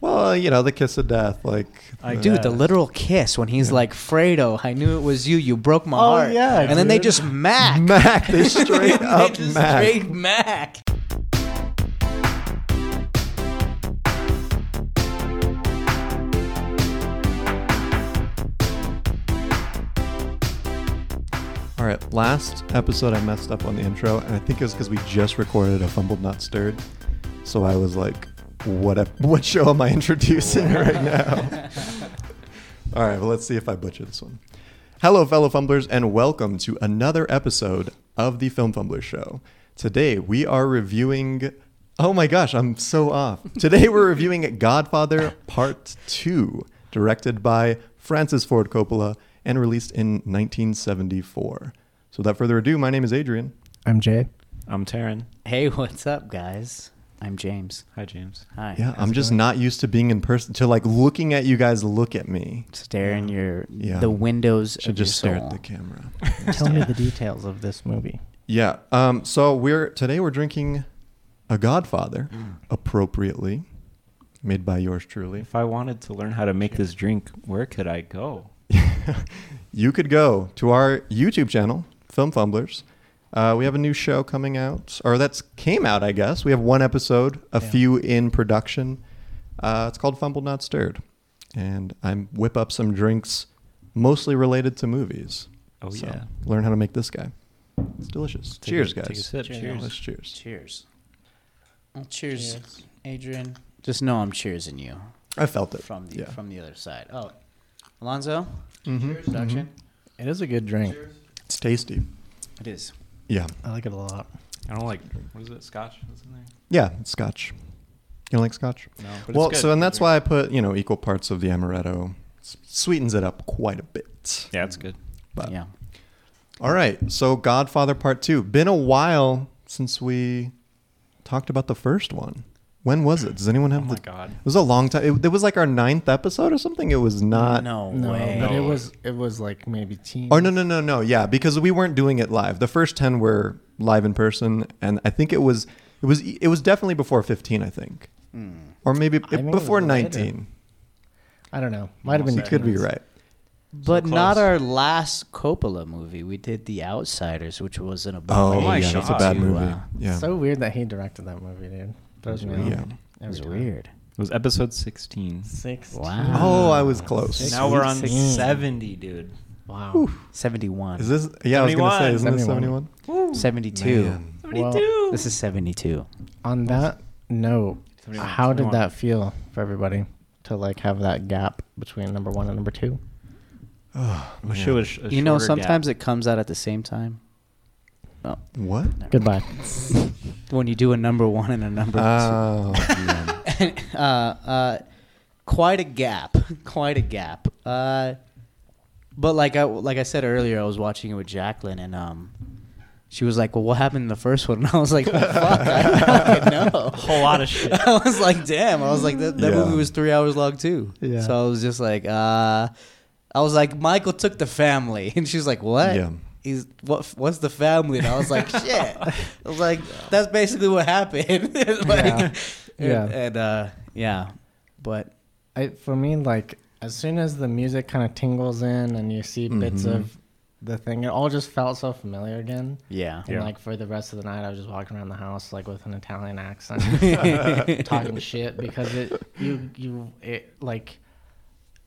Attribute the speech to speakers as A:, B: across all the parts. A: Well, uh, you know, the kiss of death, like
B: I
A: do.
B: Dude, the literal kiss when he's like, Fredo, I knew it was you. You broke my
A: Oh,
B: heart.
A: yeah,
B: And then they
A: dude.
B: just mac.
A: Mac, they straight
B: They
A: up
B: just
A: mac.
B: straight mac.
A: All right, last episode I messed up on the intro, and I think it was because we just recorded a fumbled not stirred, so I was like, "What? Ep- what show am I introducing right now?" All right, well, let's see if I butcher this one. Hello, fellow fumblers, and welcome to another episode of the Film Fumblers Show. Today we are reviewing. Oh my gosh, I'm so off. Today we're reviewing Godfather Part 2, directed by Francis Ford Coppola and released in 1974. So without further ado, my name is Adrian.
C: I'm Jay.
D: I'm Taryn.
B: Hey, what's up, guys? I'm James.
D: Hi, James.
B: Hi.
A: Yeah, I'm just not used to being in person, to like looking at you guys look at me.
B: staring your
A: Yeah.
B: the windows
A: Should
B: of your
A: just stare at
B: soul.
A: the camera.
C: Tell me the details of this movie.
A: Yeah. Um, so we're today we're drinking a Godfather, appropriately, made by yours truly.
D: If I wanted to learn how to make this drink, where could I go?
A: You could go to our YouTube channel, Film Fumblers. Uh, we have a new show coming out, or that's came out, I guess. We have one episode, a
C: Yeah.
A: few in production. Uh, it's called Fumbled Not Stirred, and I whip up some drinks, mostly related to movies.
D: Oh,
A: So,
D: yeah.
A: learn how to make this guy. It's delicious.
D: Take
A: cheers,
D: a-
A: guys.
D: Take a sip.
B: Cheers.
D: Cheers.
A: Let's cheers.
B: Cheers. Well, cheers, Adrian. Just know I'm cheersing you
A: I felt it
B: from the
A: Uh, Yeah.
B: from the other side. Oh, Alonzo,
A: Mhm.
B: introduction.
C: It is a good drink.
A: It's tasty.
B: It is.
A: Yeah.
C: I like it a lot.
D: I don't like, what is it, scotch? What's in there?
A: Yeah, it's scotch. You don't like scotch?
D: No.
A: well, so and that's why I put, you know, equal parts of the amaretto. S- sweetens it up quite a bit.
D: Yeah, it's good.
A: But
B: yeah.
A: all right. So Godfather Part 2. Been a while since we talked about the first one. When was it? Does anyone
D: Oh,
A: have
D: my
A: the
D: God.
A: It was a long time. It, it was like our ninth episode or something. It was not.
B: no,
C: No,
B: way.
C: but it
D: No.
C: was it was like maybe teen.
A: Oh no no no no yeah because we weren't doing it live. The first ten were live in person, and I think it was it was it was definitely before fifteen. I think, or maybe
C: Hmm. I think it was
A: before
C: later.
A: nineteen.
C: I don't know. Might have been.
A: You could be
C: teens.
A: right.
B: But
D: So
B: not
D: close.
B: our last Coppola movie. We did The Outsiders, which was an
A: Oh,
B: abomination.
D: my
A: yeah, that's a
D: God.
A: bad
B: to,
A: movie.
B: uh,
A: yeah,
C: So weird that he directed that movie, dude. That was really
A: Yeah.
B: It was weird.
D: It was episode 16.
C: Six.
B: Wow.
A: Oh, I was close.
D: now we're on
C: 16.
D: 70, dude.
C: Wow.
B: Seventy-one.
A: is this? Yeah, I was gonna say, isn't
D: 71.
A: this seventy-one?
C: 71?
B: Seventy-two.
A: Man.
C: Well,
B: This is seventy-two.
C: on that note,
D: 71,
C: how did
D: 71.
C: that feel for everybody to like have that gap between number one and number two? Oh,
D: Wish it was a
B: You
D: shorter
B: know,
D: gap.
B: sometimes it comes out at the same time. Oh,
A: What?
C: Goodbye.
B: when you do a number one and a number
A: Oh, yeah.
B: two. Uh, uh, quite a gap. Quite a gap. Uh, but like I like I said earlier, I was watching it with Jacqueline, and um, she was like, "Well, what happened in the first one?" And I was like, well, "Fuck, I don't fucking know."
D: A whole lot of shit.
B: I was like, "Damn!" I was like, "That, that
A: Yeah.
B: movie was three hours long too."
C: Yeah.
B: So I was just like, uh, I was like, "Michael took the family," and she's like, "What?"
A: Yeah.
B: He's what? What's the family? And I was like, "Shit!" I was like, "That's basically what happened." Like,
C: Yeah.
B: And,
C: Yeah.
B: and, uh, yeah, but
C: I, for me, like as soon as the music kind of tingles in and you see bits
A: Mhm.
C: of the thing, it all just felt so familiar again.
B: yeah,
C: And
D: Yeah.
C: like for the rest of the night, I was just walking around the house like with an Italian accent, talking shit because it you you it like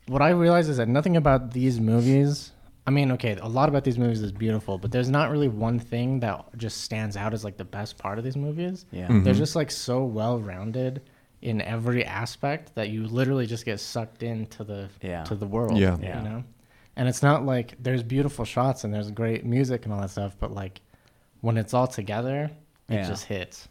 C: what I realized is that nothing about these movies. I mean, okay, a lot about these movies is beautiful, but there's not really one thing that just stands out as like the best part of these movies.
B: yeah,
C: They're just like so well rounded in every aspect that you literally just get sucked into the
B: Yeah.
C: to the world.
A: Yeah.
B: Yeah.
C: You know? And it's not like there's beautiful shots and there's great music and all that stuff, but like when it's all together, it
B: Yeah.
C: just hits.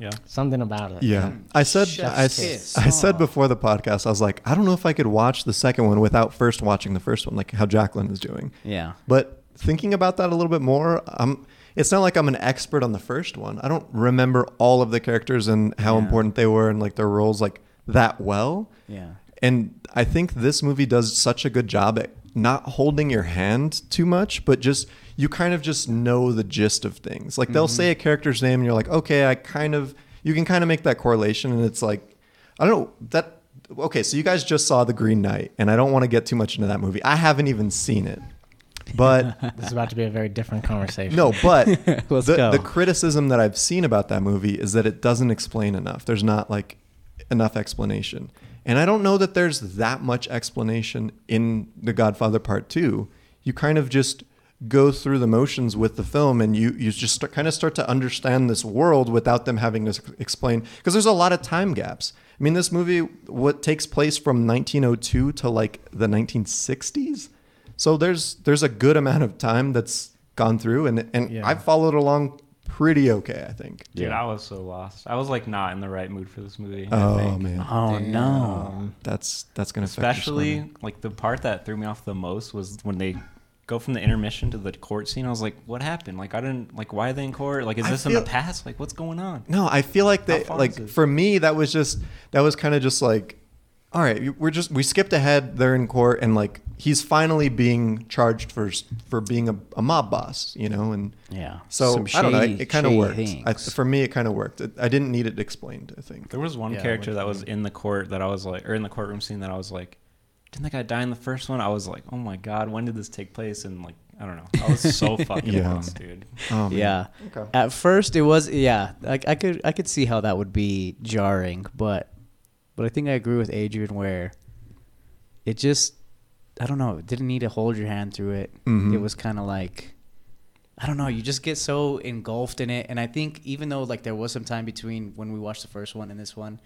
D: Yeah.
C: Something about it.
A: yeah. I said
B: Chef's
A: I, s-
B: kiss.
A: I said
B: Aw.
A: before the podcast I was like I don't know if I could watch the second one without first watching the first one like how Jacqueline is doing.
B: yeah.
A: But thinking about that a little bit more, um, it's not like I'm an expert on the first one. I don't remember all of the characters and how
B: Yeah.
A: important they were and like their roles like that well.
B: Yeah.
A: And I think this movie does such a good job at not holding your hand too much, but just you kind of just know the gist of things. Like they'll say a character's name and you're like, okay, I kind of you can kind of make that correlation and it's like I don't know, that okay, so you guys just saw The Green Knight, and I don't want to get too much into that movie. I haven't even seen it. But
C: This is about to be a very different conversation.
A: no, but
B: Let's
A: the,
B: go.
A: the criticism that I've seen about that movie is that it doesn't explain enough. There's not like enough explanation. And I don't know that there's that much explanation in The Godfather Part 2. You kind of just go through the motions with the film and you you just start, kind of start to understand this world without them having to s- explain because there's a lot of time gaps. I mean, this movie what takes place from 1902 to like the 1960s. So there's there's a good amount of time that's gone through, and and
C: Yeah.
A: I've followed along pretty okay, I think.
D: Dude,
B: Yeah.
D: I was so lost. I was like not in the right mood for this movie. I
A: Oh
D: think.
A: man,
B: Oh no.
A: that's that's gonna affect your
D: Especially
A: swimming.
D: like the part that threw me off the most was when they go from the intermission to the court scene. I was like, what happened? Like I didn't like why are they in court? Like is
A: I
D: this in the
A: feel-
D: past? Like what's going on?
A: No, I feel like they
D: far is
A: like
D: it?
A: for me that was just that was kind of just like, all right, you- we're just we skipped ahead. They're in court, and like he's finally being charged for s- for being a, a mob boss, you know, and
B: Yeah.
A: so
B: Some
A: I don't know. It,
B: shady-
A: kind of
B: shady
A: worked. I,
B: things.
A: for me, it kind of worked. It, I didn't need it explained. I think.
D: There was one
C: Yeah,
D: character
C: which
D: that was in the court that I was like, or in the courtroom scene that I was like, didn't that guy die in the first one? I was like, oh my god, when did this take place? And like, I don't know, I was so fucking
A: Yeah.
D: lost, dude.
A: Oh, man.
B: Yeah.
A: Okay.
B: At first, it was yeah. I, I could I could see how that would be jarring, but but I think I agree with Adrian where it just I don't know. It didn't need to hold your hand through it.
A: Mhm.
B: It was kind of like I don't know. You just get so engulfed in it, and I think even though like there was some time between when we watched the first one and this one,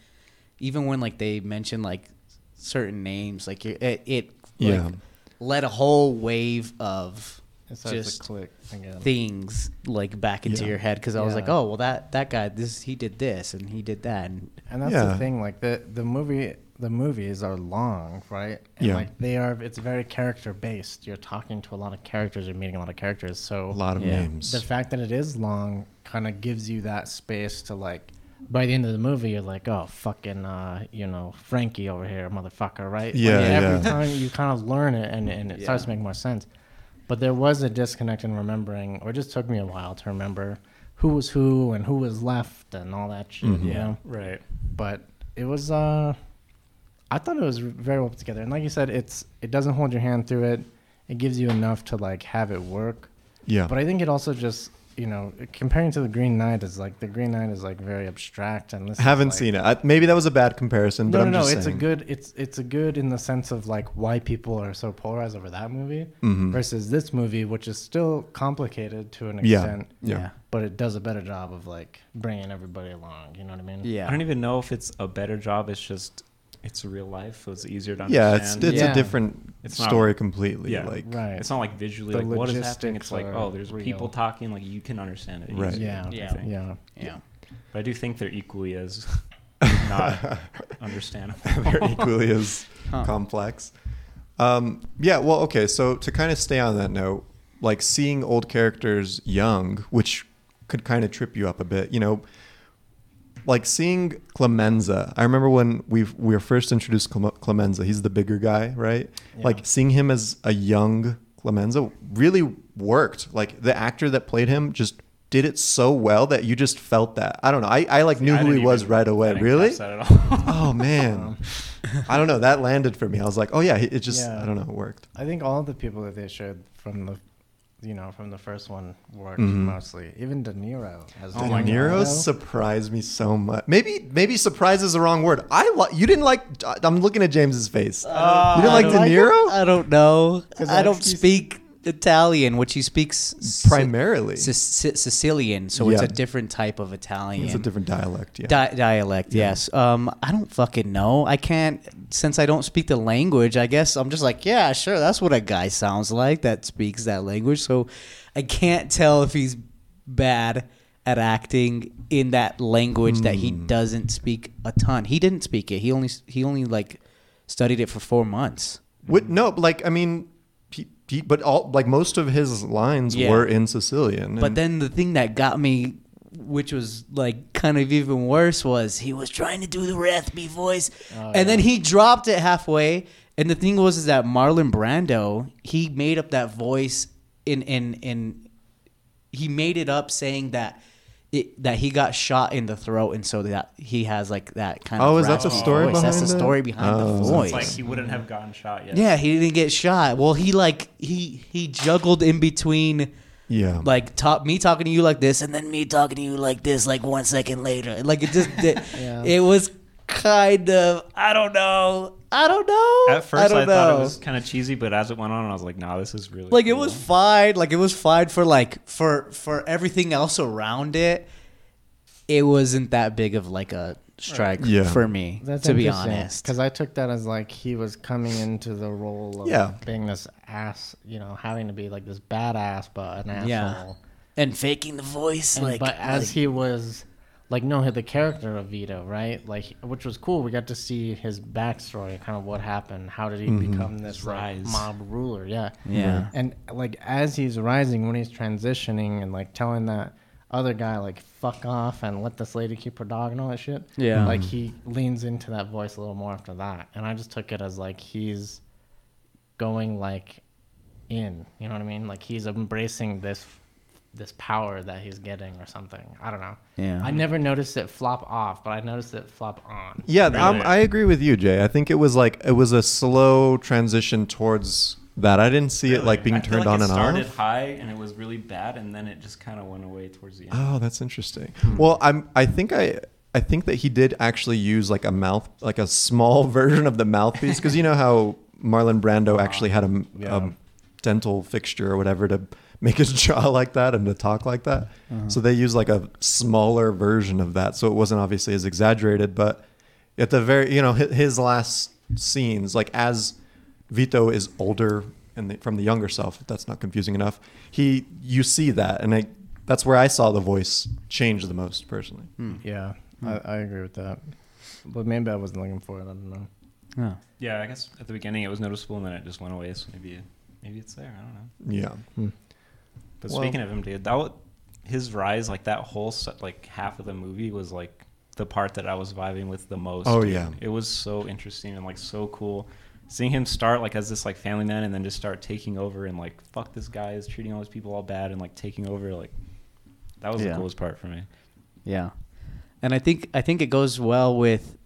B: even when like they mentioned like certain names, like you're, it it like,
A: Yeah.
B: led a whole wave of
C: It starts
B: just
C: to click again.
B: things like back into
A: Yeah.
B: your head because I was like,
C: Yeah.
B: oh well, that that guy, this he did this and he did that, and
C: and that's
A: Yeah.
C: the thing, like the the movie the movies are long, right? And
A: Yeah.
C: like they are it's very character based. You're talking to a lot of characters, you're meeting a lot of characters. So
A: A lot of
B: Yeah.
A: names.
C: the fact that it is long kind of gives you that space to like by the end of the movie you're like oh fucking uh you know frankie over here motherfucker right Like,
A: Yeah,
C: every
A: yeah.
C: time you kind of learn it and, and it starts to make more sense but there was a disconnect in remembering or it just took me a while to remember who was who and who was left and all that shit
A: Mm-hmm.
C: you know
D: Right.
C: but it was uh i thought it was very well put together and like you said it's it doesn't hold your hand through it it gives you enough to like have it work
A: yeah.
C: but I think it also just, you know, comparing to the Green Knight is like the Green Knight is like very abstract and this.
A: haven't seen it. I, maybe that was a bad comparison, but
C: No,
A: I'm
C: no, no.
A: just
C: It's
A: saying.
C: a good. It's it's a good in the sense of like why people are so polarized over that movie
A: Mm-hmm. Mm.
C: versus this movie, which is still complicated to an
A: Yeah.
C: extent.
A: Yeah.
C: But it does a better job of like bringing everybody along. You know what I mean?
B: yeah,
D: I don't even know if it's a better job. It's just it's real life. So it's easier to
A: yeah.
D: understand.
A: It's it's
C: Yeah.
A: a different
D: It's not-
A: story completely.
D: yeah.
A: Like
C: Right.
D: It's not like visually
C: The
D: like what is happening.
C: logistics
D: It's like
C: are
D: oh, there's
C: real.
D: people talking. Like you can understand it.
A: Right.
D: easier,
C: Yeah.
D: I
B: Yeah.
D: think.
C: Yeah.
B: yeah.
D: But I do think they're equally as not understandable.
A: they're equally as
B: Huh.
A: complex. Um, yeah, well, okay. So to kind of stay on that note, like seeing old characters young, which could kind of trip you up a bit, you know, like seeing Clemenza. I remember when we we were first introduced Clem- Clemenza. He's the bigger guy, right? Like seeing him as a young Clemenza really worked. Like the actor that played him just did it so well that you just felt that. I don't know. I, I like knew
D: I
A: who
D: didn't
A: he was
D: even-
A: right
D: I
A: away.
D: didn't
A: Really?
D: catch that at all.
A: Oh
D: Um,
A: man, I don't know. That landed for me. I was like, oh yeah, it just
C: Yeah.
A: I don't know, it worked.
C: I think all the people that they showed from the, you know, from the first one worked
A: Mhm.
C: mostly. Even De Niro. As
A: Oh
C: De
A: my Nero
C: Niro.
A: surprised me so much. Maybe maybe surprise is the wrong word. I li- you didn't like. uh, I'm looking at James's face.
B: Uh,
A: you
D: Uh,
A: didn't
B: I
A: like
B: don't
A: De Nero
B: I don't know.
C: 'Cause
B: I don't
C: that's-
B: speak Italian, which he speaks Si-
A: primarily.
B: Sic- Sic- Sicilian, so it's
A: Yeah.
B: a different type of Italian.
A: it's a different dialect. Yeah.
B: Di- dialect, yes. Um, I don't fucking know. I can't since I don't speak the language. I guess I'm just like, yeah, sure. That's what a guy sounds like that speaks that language. So I can't tell if he's bad at acting in that language that he
A: Hmm.
B: doesn't speak a ton. He didn't speak it. He only he only like studied it for four months.
A: Would, no, but, like I mean, he, he, but all like most of his lines
B: Yeah.
A: were in Sicilian.
B: But
A: and-
B: then the thing that got me, which was like kind of even worse, was he was trying to do the raspy voice,
A: Oh,
B: and then he dropped it halfway. And the thing was is that Marlon Brando he made up that voice in in in he made it up saying that it, that he got shot in the throat, and so that he has like that kind
A: Oh,
B: of
A: is that
D: the
B: raspy
D: story
B: voice. That's the
A: behind it?
B: story behind
A: Oh.
B: the
A: So
B: voice.
D: It's like he wouldn't have gotten shot yet.
B: yeah, he didn't get shot. Well, he like he he juggled in between
C: Um,
A: Yeah.
B: like top me talking to you like this and then me talking to you like this like one second later like it just did,
C: Yeah.
B: it was kind of i don't know i don't know
D: At first, I,
B: don't
D: thought it
B: know.
D: was kind of cheesy, but as it went on, I was like, "Nah, this is really
B: like it
D: cool.
B: was fine like it was fine for like for for everything else around it it wasn't that big of like a strike
A: Yeah.
B: for me to be honest
C: because I took that as like he was coming into the role of
A: Yeah.
C: being this ass, you know, having to be like this badass, but an asshole.
B: Yeah. and faking the voice
C: And-
B: like
C: but as
B: like-
C: he was like no hit the character of Vito, right? Like which was cool. We got to see his backstory, kind of what happened. How did he become this like,
D: rise.
C: mob ruler? Yeah.
B: Yeah.
C: And like as he's rising when he's transitioning and like telling that other guy like fuck off and let this lady keep her dog and all that shit.
B: Yeah.
C: Like he leans into that voice a little more after that. And I just took it as like he's going like in. You know what I mean? Like he's embracing this this power that he's getting or something. I don't know.
B: Yeah.
C: I never noticed it flop off, but I noticed it flop on.
A: Yeah, um, I agree with you, Jay. I think it was like it was a slow transition towards that. I didn't see it like being
D: I feel
A: turned
D: like
A: on
D: it
A: and
D: started
A: off.
D: high, and it was really bad, and then it just kind of went away towards the end.
A: Oh, that's interesting. Well, I'm. I think I. I think that he did actually use like a mouth, like a small version of the mouthpiece, because you know how Marlon Brando actually had a, m- a
D: Yeah.
A: dental fixture or whatever to make his jaw like that and to talk like that. So they used like a smaller version of that, so it wasn't obviously as exaggerated. But at the very, you know, hi- his last scenes, like as Vito is older and the, from the younger self, if that's not confusing enough, he you see that, and I, that's where I saw the voice change the most personally.
B: Hmm.
C: Yeah. I, I agree with that. But maybe I wasn't looking for it. I don't know.
B: Oh.
D: Yeah, I guess at the beginning it was noticeable, and then it just went away. So maybe, maybe it's there. I don't know.
A: Yeah,
D: But
A: Well-
D: speaking of him, dude, that wa- his rise, like that whole set, like half of the movie was like the part that I was vibing with the most.
A: Oh,
D: dude.
A: yeah.
D: it was so interesting and like so cool. Seeing him start like as this like family man, and then just start taking over and like fuck this guy is treating all these people all bad and like taking over like that was
B: Yeah.
D: the coolest part for me.
B: Yeah, and I think I think it goes well with.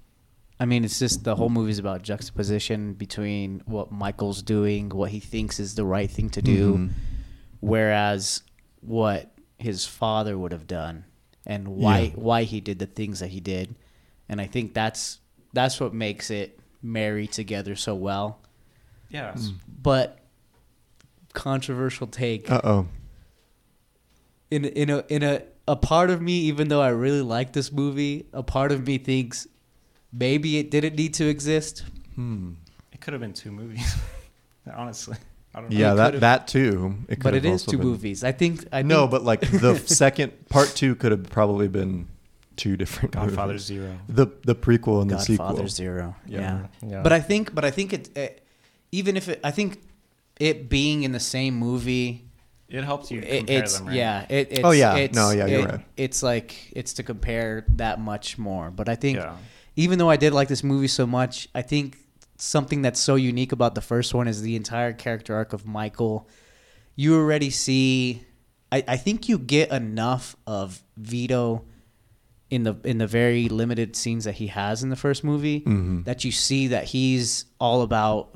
B: I mean, it's just the whole movie's about juxtaposition between what Michael's doing, what he thinks is the right thing to do,
A: Mhm.
B: whereas what his father would have done, and why
A: Yeah.
B: why he did the things that he did, and I think that's that's what makes it marry together so well.
D: Yeah,
A: Mm. Mm-hmm.
B: But controversial take
A: Uh oh.
B: in in a in a a part of me, even though I really like this movie, a part of me thinks maybe it didn't need to exist.
A: Hmm.
D: it could have been two movies. Honestly, I don't know.
A: Yeah, that
B: could've-
A: that too. It
B: but
A: could've
B: it is
A: also
B: two
A: been-
B: movies. I think I
A: no,
B: think-
A: but like the second part two could have probably been two different.
D: Godfather
A: movies.
D: Zero.
A: The the prequel and the
B: Godfather
A: sequel.
B: Zero.
A: Yeah.
B: Yeah.
C: Yeah.
B: But I think but I think it, it even if it I think it being in the same movie
D: It helps you
B: it,
D: compare
B: it's
D: them, right?
B: yeah it, it's,
A: Oh, yeah.
B: it's,
A: No, yeah, you're
B: it-
A: right.
B: it's like it's to compare that much more but i think
D: Yeah.
B: even though i did like this movie so much i think something that's so unique about the first one is the entire character arc of michael you already see i, I think you get enough of vito in the in the very limited scenes that he has in the first movie that you see that he's all about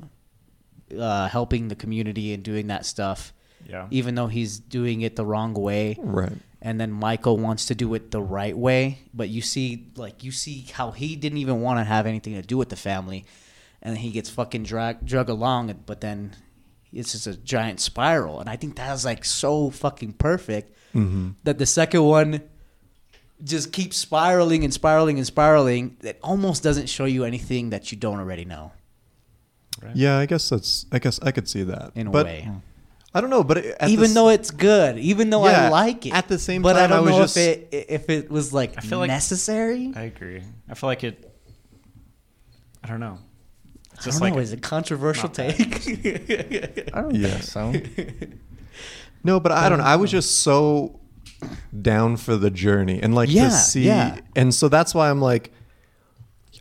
B: uh, helping the community and doing that stuff
D: Yeah.
B: even though he's doing it the wrong way
A: Right.
B: and then michael wants to do it the right way but you see like you see how he didn't even want to have anything to do with the family and he gets fucking drag drug along but then it's just a giant spiral and i think that was like so fucking perfect
A: Mm-hmm.
B: that the second one just keeps spiraling and spiraling and spiraling that almost doesn't show you anything that you don't already know
A: Yeah, I guess that's. I guess I could see that
B: in a
A: But
B: way
A: I don't know, but it, at
B: even
A: the s-
B: though it's good, even though
A: Yeah,
B: I like it.
A: at the same
B: but
A: time,
B: I
A: I
B: don't
A: was
B: know
A: just-
B: if it if it was like
D: I feel like-
B: necessary.
D: I agree. I feel like it. I don't know. It's
B: I don't
D: just
B: know.
D: like
B: Is it controversial
D: not that
B: take?
C: I don't
A: Yeah.
C: think so.
A: No, but I don't know. I was just so down for the journey and like
B: Yeah,
A: to see
B: yeah.
A: and so that's why I'm like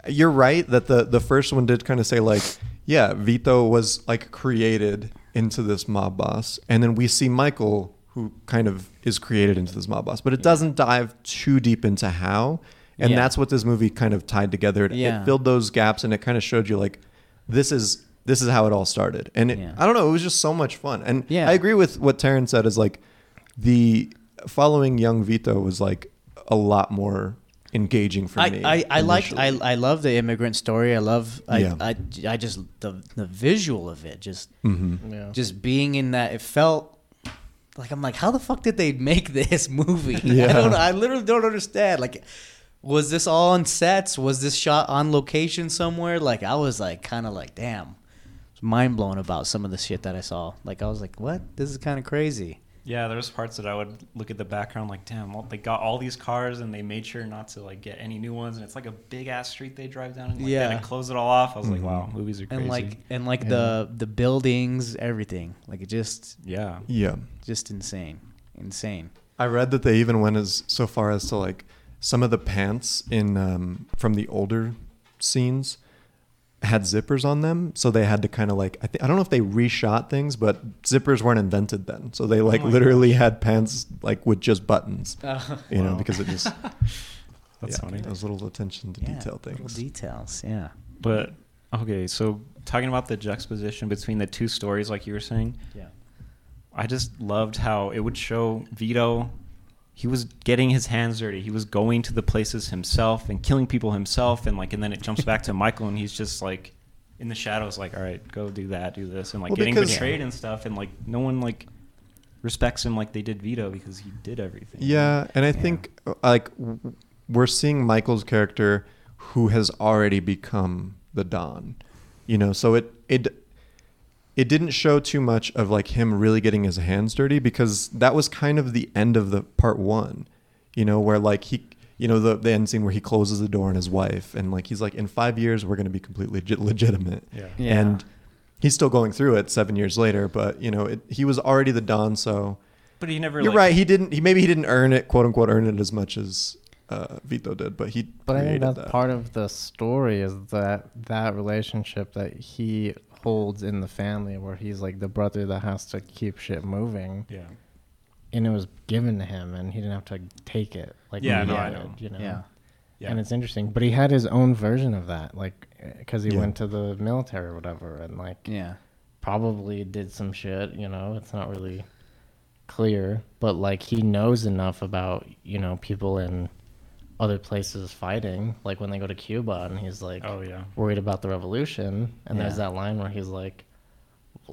A: you're right that the the first one did kind of say like yeah, Vito was like created into this mob boss and then we see Michael who kind of is created into this mob boss, but it doesn't dive too deep into how. And
B: Yeah.
A: that's what this movie kind of tied together. It, it
B: Yeah.
A: filled those gaps and it kind of showed you like this is this is how it all started. And it,
B: Yeah.
A: I don't know, it was just so much fun. And
B: Yeah.
A: I agree with what Taryn said is like the following young Vito was like a lot more engaging for
B: I,
A: me.
B: I, I liked I,
A: initially.
B: I love the immigrant story. I love I,
A: Yeah.
B: I, I just the the visual of it just
A: Mm-hmm.
C: Yeah.
B: just being in that it felt like I'm like how the fuck did they make this movie? I
A: Yeah.
B: don't I literally don't understand. Like was this all on sets? Was this shot on location somewhere? Like I was like kind of like damn. Mind blown about some of the shit that I saw. Like I was like, "What? This is kind of crazy."
D: Yeah, there's parts that I would look at the background like, damn, well, they got all these cars and they made sure not to like get any new ones, and it's like a big ass street they drive down and like,
B: Yeah.
D: yeah, close it all off. I was like, wow, movies are crazy.
B: And like and like the the buildings, everything. Like it just
D: yeah,
A: yeah.
B: just insane, insane.
A: I read that they even went as so far as to like some of the pants in um, from the older scenes had zippers on them, so they had to kind of like I, th- I don't know if they reshot things, but zippers weren't invented then, so they like
D: my
A: literally had pants like with just buttons,
B: Oh.
A: you know,
D: Wow.
A: because it just
D: that's
A: yeah,
D: funny.
A: Those little attention to detail things.
B: Little details, yeah.
D: But okay, so talking about the juxtaposition between the two stories, like you were saying,
B: Yeah.
D: I just loved how it would show Vito. He was getting his hands dirty. He was going to the places himself and killing people himself, and like, and then it jumps back to Michael, and he's just like in the shadows, like, all right, go do that, do this, and like
A: Well,
D: getting
A: because-
D: betrayed and stuff, and like no one like respects him like they did Vito because he did everything.
A: Yeah, and I think uh, like w- we're seeing Michael's character who has already become the Don. You know, so it it it didn't show too much of like him really getting his hands dirty because that was kind of the end of the part 1. You know, where like he you know the, the end scene where he closes the door on his wife and like he's like in 5 years we're going to be completely legit- legitimate.
D: Yeah.
B: Yeah.
A: And he's still going through it 7 years later, but you know, it, he was already the Don so
D: but he never.
A: you're
D: like-
A: right. He didn't. He maybe he didn't earn it, quote unquote, earn it as much as uh, Vito did, but he
C: But I
A: created
C: think that's
A: that.
C: part of the story is that that relationship that he holds in the family, where he's like the brother that has to keep shit moving,
D: Yeah.
C: and it was given to him, and he didn't have to take it. Like
D: Yeah,
C: he
D: no, I
C: did,
D: know.
C: You know,
B: Yeah.
D: Yeah.
C: and it's interesting. But he had his own version of that, like because he
A: Yeah.
C: went to the military or whatever, and like
B: Yeah.
C: probably did some shit, you know, it's not really clear, but like he knows enough about, you know, people in other places fighting, like when they go to Cuba and he's like
D: Oh yeah.
C: worried about the revolution and there's
B: Yeah.
C: that line where he's like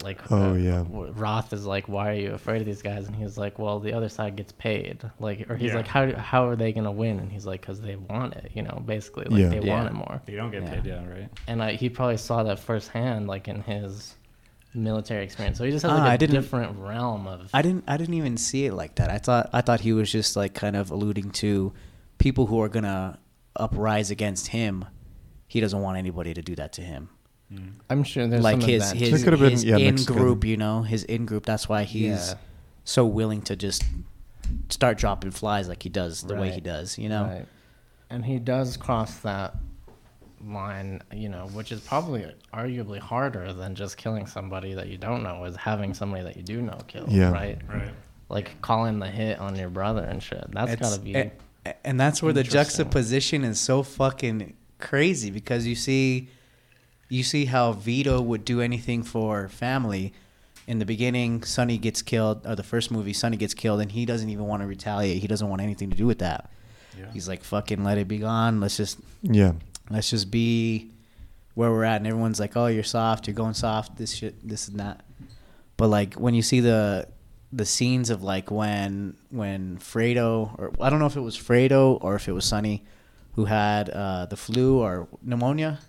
C: like uh,
A: Oh, yeah.
C: w- Roth is like why are you afraid of these guys and he's like well the other side gets paid like or he's
D: Yeah.
C: like how how are they going to win and he's like cuz they want it you know basically like
A: Yeah.
C: they
B: Yeah.
C: want it more
D: They don't get
B: Yeah.
D: paid. Yeah. Right.
C: and I, he probably saw that firsthand, like in his military experience. So he just has
B: Ah,
C: like a
B: I didn't-
C: different realm of.
B: I didn't. I didn't even see it like that. I thought. I thought he was just like kind of alluding to people who are gonna uprise against him. He doesn't want anybody to do that to him.
C: I'm sure there's
B: like
C: some of
B: his
C: that
B: his,
A: It could've been,
B: his
A: yeah,
B: in
A: Mexican.
B: group, you know, his in group. That's why he's
C: Yeah.
B: so willing to just start dropping flies like he does the way
C: Right.
B: he does. You know.
C: Right. And he does cross that line, you know, which is probably arguably harder than just killing somebody that you don't know, is having somebody that you do know killed,
A: Yeah.
C: right?
D: Right.
C: Like calling the hit on your brother and shit. That's
B: It's-
C: gotta be.
B: a- a- and that's where the
C: interesting.
B: juxtaposition is so fucking crazy because you see you see how Vito would do anything for family. In the beginning, Sonny gets killed, or the first movie, Sonny gets killed, and he doesn't even want to retaliate. He doesn't want anything to do with that.
D: Yeah.
B: He's like, "Fucking let it be gone. Let's just
A: Yeah,
B: let's just be where we're at and everyone's like oh you're soft you're going soft this shit this and that but like when you see the the scenes of like when when fredo or i don't know if it was fredo or if it was sunny who had uh, the flu or pneumonia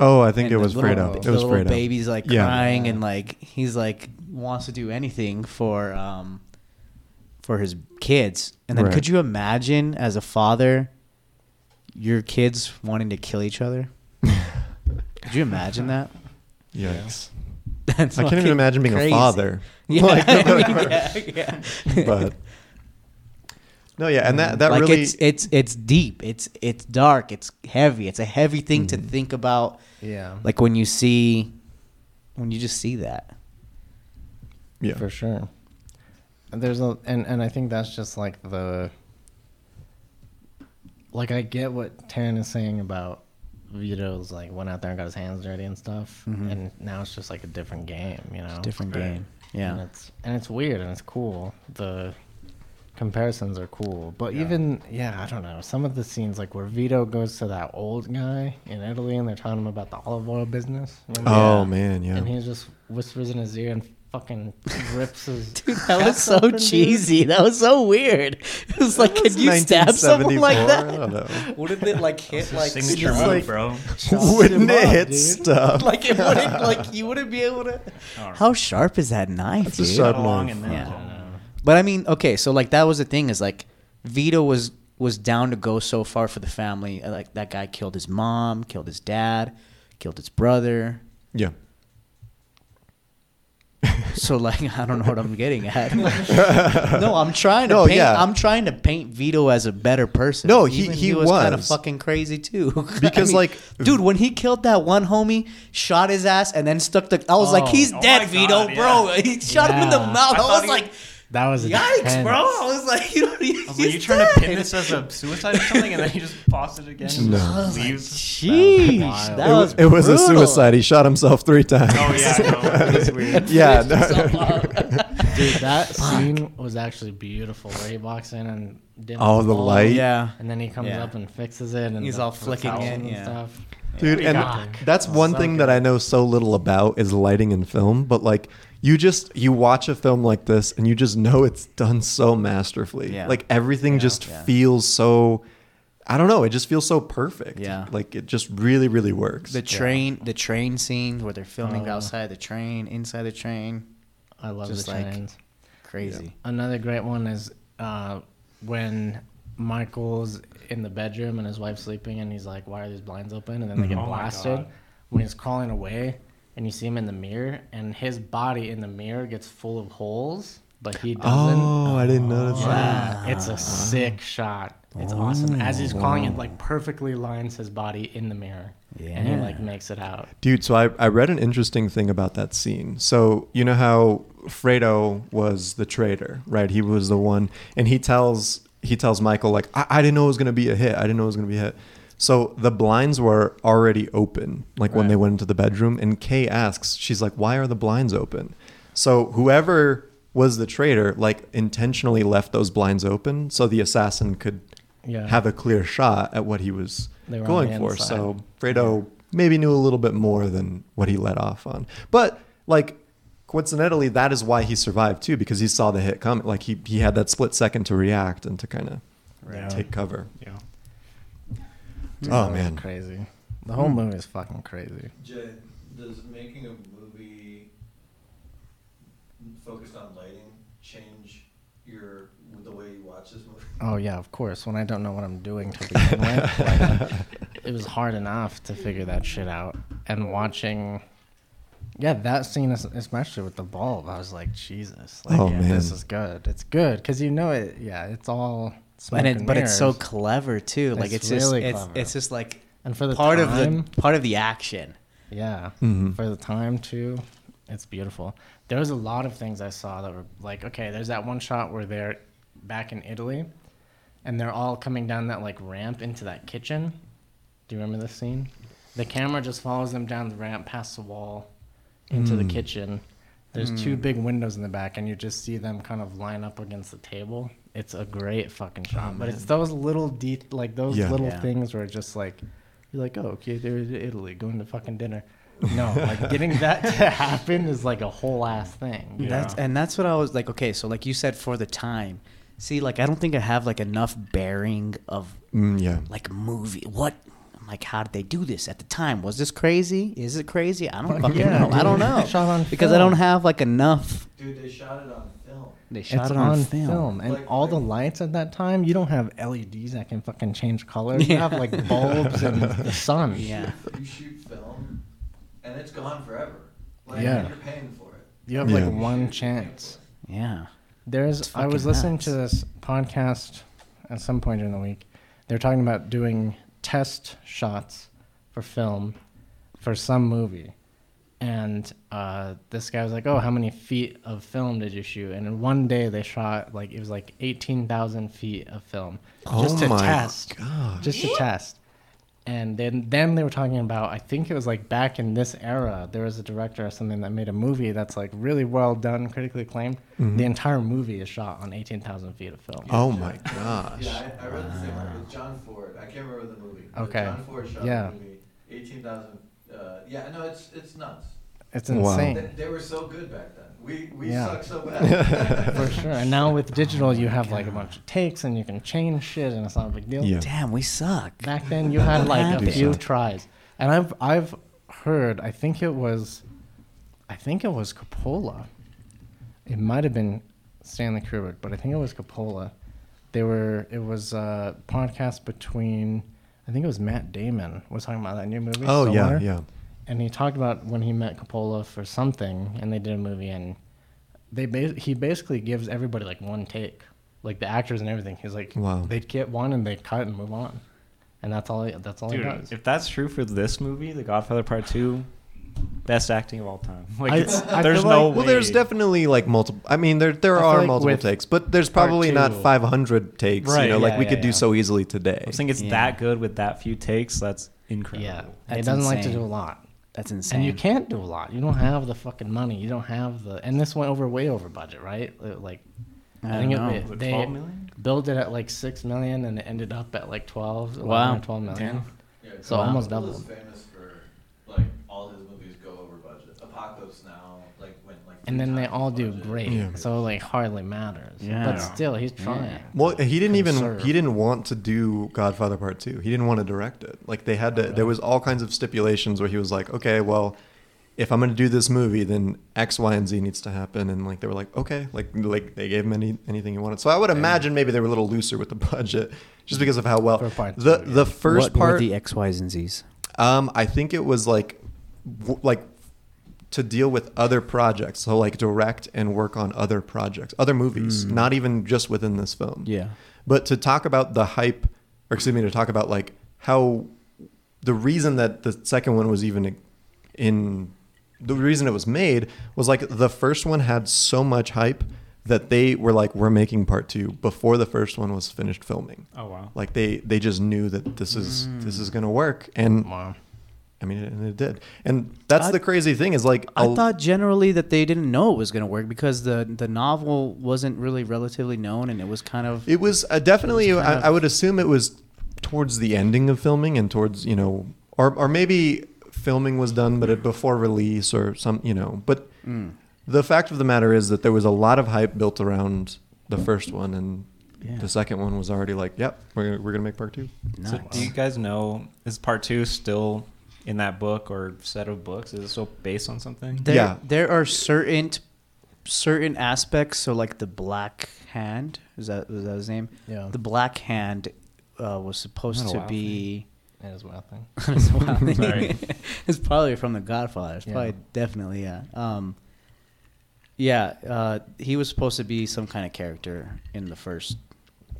A: Oh, I think
B: and
A: it
B: the
A: was
B: little-
A: Fredo. It
B: the
A: was
B: little
A: Fredo.
B: baby's like
A: Yeah.
B: crying and like he's like wants to do anything for um for his kids. And then
A: Right.
B: could you imagine as a father your kids wanting to kill each other? could you imagine that?
A: Yikes!
B: That's
A: I can't even
B: fucking
A: imagine being
B: crazy.
A: a father.
B: Yeah,
A: Like,
B: I mean, yeah, yeah.
A: but no, yeah, and that that
B: like
A: really
B: it's it's it's deep. It's it's dark. It's heavy. It's a heavy thing to
A: Mm-hmm.
B: think about
C: yeah.
B: like when you see when you just see that.
A: yeah.
C: For sure. there's a and and I think that's just like the like I get what Taryn is saying about Vito's like went out there and got his hands dirty and stuff,
B: Mhm.
C: and now it's just like a different game, you know.
B: Different
D: Right.
B: game.
C: And
B: Yeah.
C: it's and it's weird and it's cool. The comparisons are cool, but
D: Yeah.
C: even yeah, I don't know. Some of the scenes like where Vito goes to that old guy in Italy and they're telling him about the olive oil business. remember?
A: Oh man, yeah.
C: And he just whispers in his ear and fucking rips his.
B: That was
C: chest
B: so
C: open, dude.
B: cheesy. That was so weird. It was like, could you stab someone like
A: 1974?
B: that?
A: I don't know.
B: Wouldn't it like hit like
D: signature
B: stuff?
D: move,
B: like,
D: bro.
C: Chops him
A: Wouldn't it
C: up,
A: hit
C: dude.
A: stuff?
B: like it wouldn't like you wouldn't be able to. How sharp is that knife,
A: a
B: dude?
A: sharp-
D: Got along and then uh,
B: Yeah. But I mean, okay, so like that was the thing is like Vito was was down to go so far for the family. Uh, Like that guy killed his mom, killed his dad, killed his brother.
A: yeah.
B: So like I don't know what I'm getting at. no, I'm trying to
A: No,
B: paint
A: yeah.
B: I'm trying to paint Vito as a better person.
A: No, he-
B: Even
A: he
B: was, kind of
A: was.
B: fucking crazy too. I
A: Because, like-
B: dude, when he killed that one homie, shot his ass and then stuck the I was like
C: Oh.
B: he's
D: Oh
B: dead,
D: my
B: Vito,
D: God,
B: bro. He shot him in the
C: Yeah.
B: mouth.
D: I
B: I,
D: thought
B: was
D: he-
B: like
C: That was
B: Yikes,
C: intense.
B: bro! I was like, you don't
D: I was like, you trying to pin this as a suicide or something? And then he just paused it again. and
A: No.
D: just
A: I was
D: Leaves.
B: Sheesh,
C: wild.
B: that
A: it was,
B: was
A: it was a
B: brutal.
A: suicide. He shot himself three times.
D: Oh yeah, no, that's weird.
A: yeah. no.
C: Dude, that scene was actually beautiful. Where he walks in and dims
A: Oh, the
C: bulb,
A: light.
B: Yeah,
C: and then he comes
B: Yeah.
C: up and fixes it, and
B: He's
C: the-
B: all
C: the
B: flicking
C: towels
B: it,
C: and
B: yeah.
C: stuff.
A: dude and
C: God.
A: that's one
C: So
A: thing
C: good.
A: that i know so little about is lighting in film but like you just you watch a film like this and you just know it's done so masterfully
B: Yeah.
A: like everything just
B: yeah.
A: feels so i don't know it just feels so perfect
B: Yeah.
A: like it just really really works
B: the train, the train scenes where they're filming
C: Oh.
B: outside the train, inside the train,
C: I love
B: Just
C: the
B: like-
C: trains.
B: crazy.
C: Another great one is uh, when Michael's in the bedroom and his wife's sleeping, and he's like, "Why are these blinds open?" And then they get
D: Oh my
C: blasted.
D: God.
C: When he's crawling away, and you see him in the mirror, and his body in the mirror gets full of holes, but he doesn't.
A: oh i didn't notice that
C: Yeah, it's a sick shot. It's awesome. As
A: Oh.
C: he's calling it, like perfectly lines his body in the mirror, and he like makes it out.
A: Dude, so I, I read an interesting thing about that scene. So, you know how Fredo was the traitor, right? He was the one and he tells he tells Michael, like, I, I didn't know it was gonna be a hit. I didn't know it was gonna be a hit. So the blinds were already open, like when they went into the bedroom, and Kay asks, she's like, Why are the blinds open? So whoever was the traitor, like intentionally left those blinds open so the assassin could
C: Yeah.
A: have a clear shot at what he was
C: They were on
A: going
C: the
A: for.
C: inside.
A: So Fredo maybe knew a little bit more than what he let off on. But like coincidentally, that is why he survived too, because he saw the hit coming. Like he he had that split second to react and to kind of
D: Right.
A: take cover.
D: Yeah.
A: oh
C: That was
A: man,
C: crazy! The whole movie is fucking crazy.
E: Jay, does making a movie focused on lighting change your the way you watch this movie?
C: Oh yeah, of course. When I don't know what I'm doing to begin with, like, it was hard enough to figure that shit out. And watching, yeah, that scene es- especially with the bulb, I was like, Jesus, like,
A: Oh,
C: yeah,
A: man.
C: this is good. It's good because you know it. Yeah, it's all. smoke
B: But it,
C: and
B: but it's so
C: mirrors.
B: clever too. Like it's,
C: It's
B: just
C: really
B: it's,
C: clever.
B: it's just like
C: and for the
B: part
C: time,
B: of the part of the action.
C: Yeah.
A: Mhm.
C: For the time too. It's beautiful. There was a lot of things I saw that were like, okay, there's that one shot where they're back in Italy and they're all coming down that like ramp into that kitchen. Do you remember this scene? The camera just follows them down the ramp past the wall into the kitchen. There's two big windows in the back and you just see them kind of line up against the table. It's a great fucking shot, but it's those little de- like those
A: Yeah.
C: little
B: Yeah.
C: things where it's just like you're like, oh, okay, they're in Italy going to fucking dinner. No, like getting that to happen is like a whole ass thing. you
B: That's
C: know?
B: and that's what I was like. Okay, so like you said, for the time. See, like I don't think I have like enough bearing of
A: Mm, yeah.
B: like movie. What? I'm like, how did they do this at the time? Was this crazy? Is it crazy? I don't fucking
C: yeah,
B: know. I don't
C: dude.
B: know
C: Shot on
B: because I
C: film.
B: don't have like enough.
E: Dude, they shot it on film.
B: They
C: It's
B: shot it on, film.
C: and
E: Like-
C: all the lights at that time, you don't have LEDs that can fucking change colors. You have like bulbs and the sun.
B: Yeah,
E: You shoot film, and it's gone forever. Like,
C: Yeah.
E: you're paying for it.
C: You have
A: Yeah.
C: like one chance.
B: yeah.
C: There's I was
B: fucking
C: listening to
B: nuts.
C: this podcast at some point during the week. They're talking about doing test shots for film for some movie. and uh, this guy was like, "Oh, how many feet of film did you shoot?" And in one day, they shot like it was like eighteen thousand feet of film just
A: Oh
C: to
A: my
C: test,
A: God.
C: just to test. And then then they were talking about I think it was like back in this era there was a director or something that made a movie that's like really well done, critically acclaimed.
A: Mm-hmm.
C: The entire movie is shot on eighteen thousand feet of film.
A: Oh my gosh.
E: Yeah, I, I read the same one with John Ford. I can't remember the movie. but
C: Okay.
E: John Ford shot
C: Yeah.
E: the movie. Eighteen thousand. Uh, yeah, no, it's it's nuts.
C: It's
A: Wow.
C: insane.
E: They, they were so good back then. We we
C: Yeah.
E: suck so bad.
C: For sure. And now with digital, you have like a bunch of takes and you can change shit and it's not a big deal.
A: Yeah.
B: Damn, we suck.
C: Back then, you had like a
A: Happy
C: few
A: so.
C: tries. And I've, I've heard, I think it was, I think it was Coppola. It might have been Stanley Kubrick, but I think it was Coppola. They were, it was a podcast between, I think it was Matt Damon was talking about that new movie.
A: Oh yeah,
C: Solar
A: yeah.
C: and he talked about when he met Coppola for something, and they did a movie, and they ba- he basically gives everybody like one take, like the actors and everything. He's like,
A: Wow.
C: they'd get one and they cut and move on, and that's all. He, that's all he does.
D: Dude, if that's true for this movie, The Godfather Part Two, best acting of all time. Like,
C: I-
D: it's,
C: I
D: there's
C: feel
D: no.
C: like-
A: Well, there's
D: way.
A: definitely like multiple. I mean, there there
C: I feel
A: are
C: like
A: multiple
C: with
A: takes, but there's probably not
C: two-
A: 500 takes.
D: Right,
A: you know, like
C: yeah,
A: we
C: yeah,
A: could do
C: yeah.
A: so easily today.
D: I'm saying it's
B: Yeah.
D: that good with that few takes. That's incredible.
C: yeah, he
B: That's
C: doesn't like to
B: insane.
C: do a lot,
B: That's insane.
C: and you can't do a lot. You don't have the fucking money. You don't have the. And this went over way over budget, right? It- Like,
B: I don't know.
C: it,
D: What,
C: they
D: 12 million?
C: built it at like six million, and it ended up at like twelve. 11
B: Wow.
C: or twelve million.
D: Damn.
E: yeah,
C: So
E: Coppola
C: almost
E: is
C: doubled.
E: famous for like all his movies go over budget. Apocalypse Now like went like.
C: and
E: three
C: then they
E: times
C: all
E: the
C: do
E: budget.
C: great.
A: Yeah.
C: So like hardly matters.
B: Yeah.
C: But still, he's trying.
A: well, he didn't even
C: Conserve.
A: he didn't want to do Godfather Part Two. He didn't want to direct it. Like they had to. There was all kinds of stipulations where he was like, okay, well, if I'm going to do this movie, then X, Y, and Z needs to happen. And like they were like, okay, like like they gave him any anything he wanted. So I would imagine maybe they were a little looser with the budget, just because of how well
C: For part
A: the
C: two, yeah.
A: the first
B: what were
A: part
B: the X, Y's, and Z's?
A: Um, I think it was like, w- like to deal with other projects. So like direct and work on other projects, other movies, not even just within this film.
B: Yeah.
A: But to talk about the hype, or excuse me, to talk about like how the reason that the second one was even in the reason it was made was like the first one had so much hype that they were like we're making part 2 before the first one was finished filming.
D: Oh wow.
A: Like they they just knew that this is this is going to work and
C: Wow.
A: I mean, and it did. And that's
B: I-
A: the crazy thing is like,
B: I
A: a-
B: thought generally that they didn't know it was going to work because the the novel wasn't really relatively known and it was kind of
A: it was uh, definitely,
B: It was kind
A: I, I would assume it was towards the ending of filming and towards, you know, or, or maybe filming was done, but it before release or some, you know, but
B: Mm.
A: the fact of the matter is that there was a lot of hype built around the first one and
B: Yeah.
A: the second one was already like, yep, we're, gonna- we're going to make part two.
B: nuts.
D: So do you guys know is part two still in that book or set of books? Is it still based on something?
B: there,
A: Yeah.
B: there are certain certain aspects. So like the Black Hand is that was that his name?
C: Yeah.
B: The Black Hand uh, was supposed
D: What a
B: to
D: wild
B: be.
C: That is wild thing.
B: It's a wild thing.
D: Sorry.
B: It's probably from The Godfather. It's
C: Yeah.
B: probably definitely yeah. Um, yeah, uh, he was supposed to be some kind of character in the first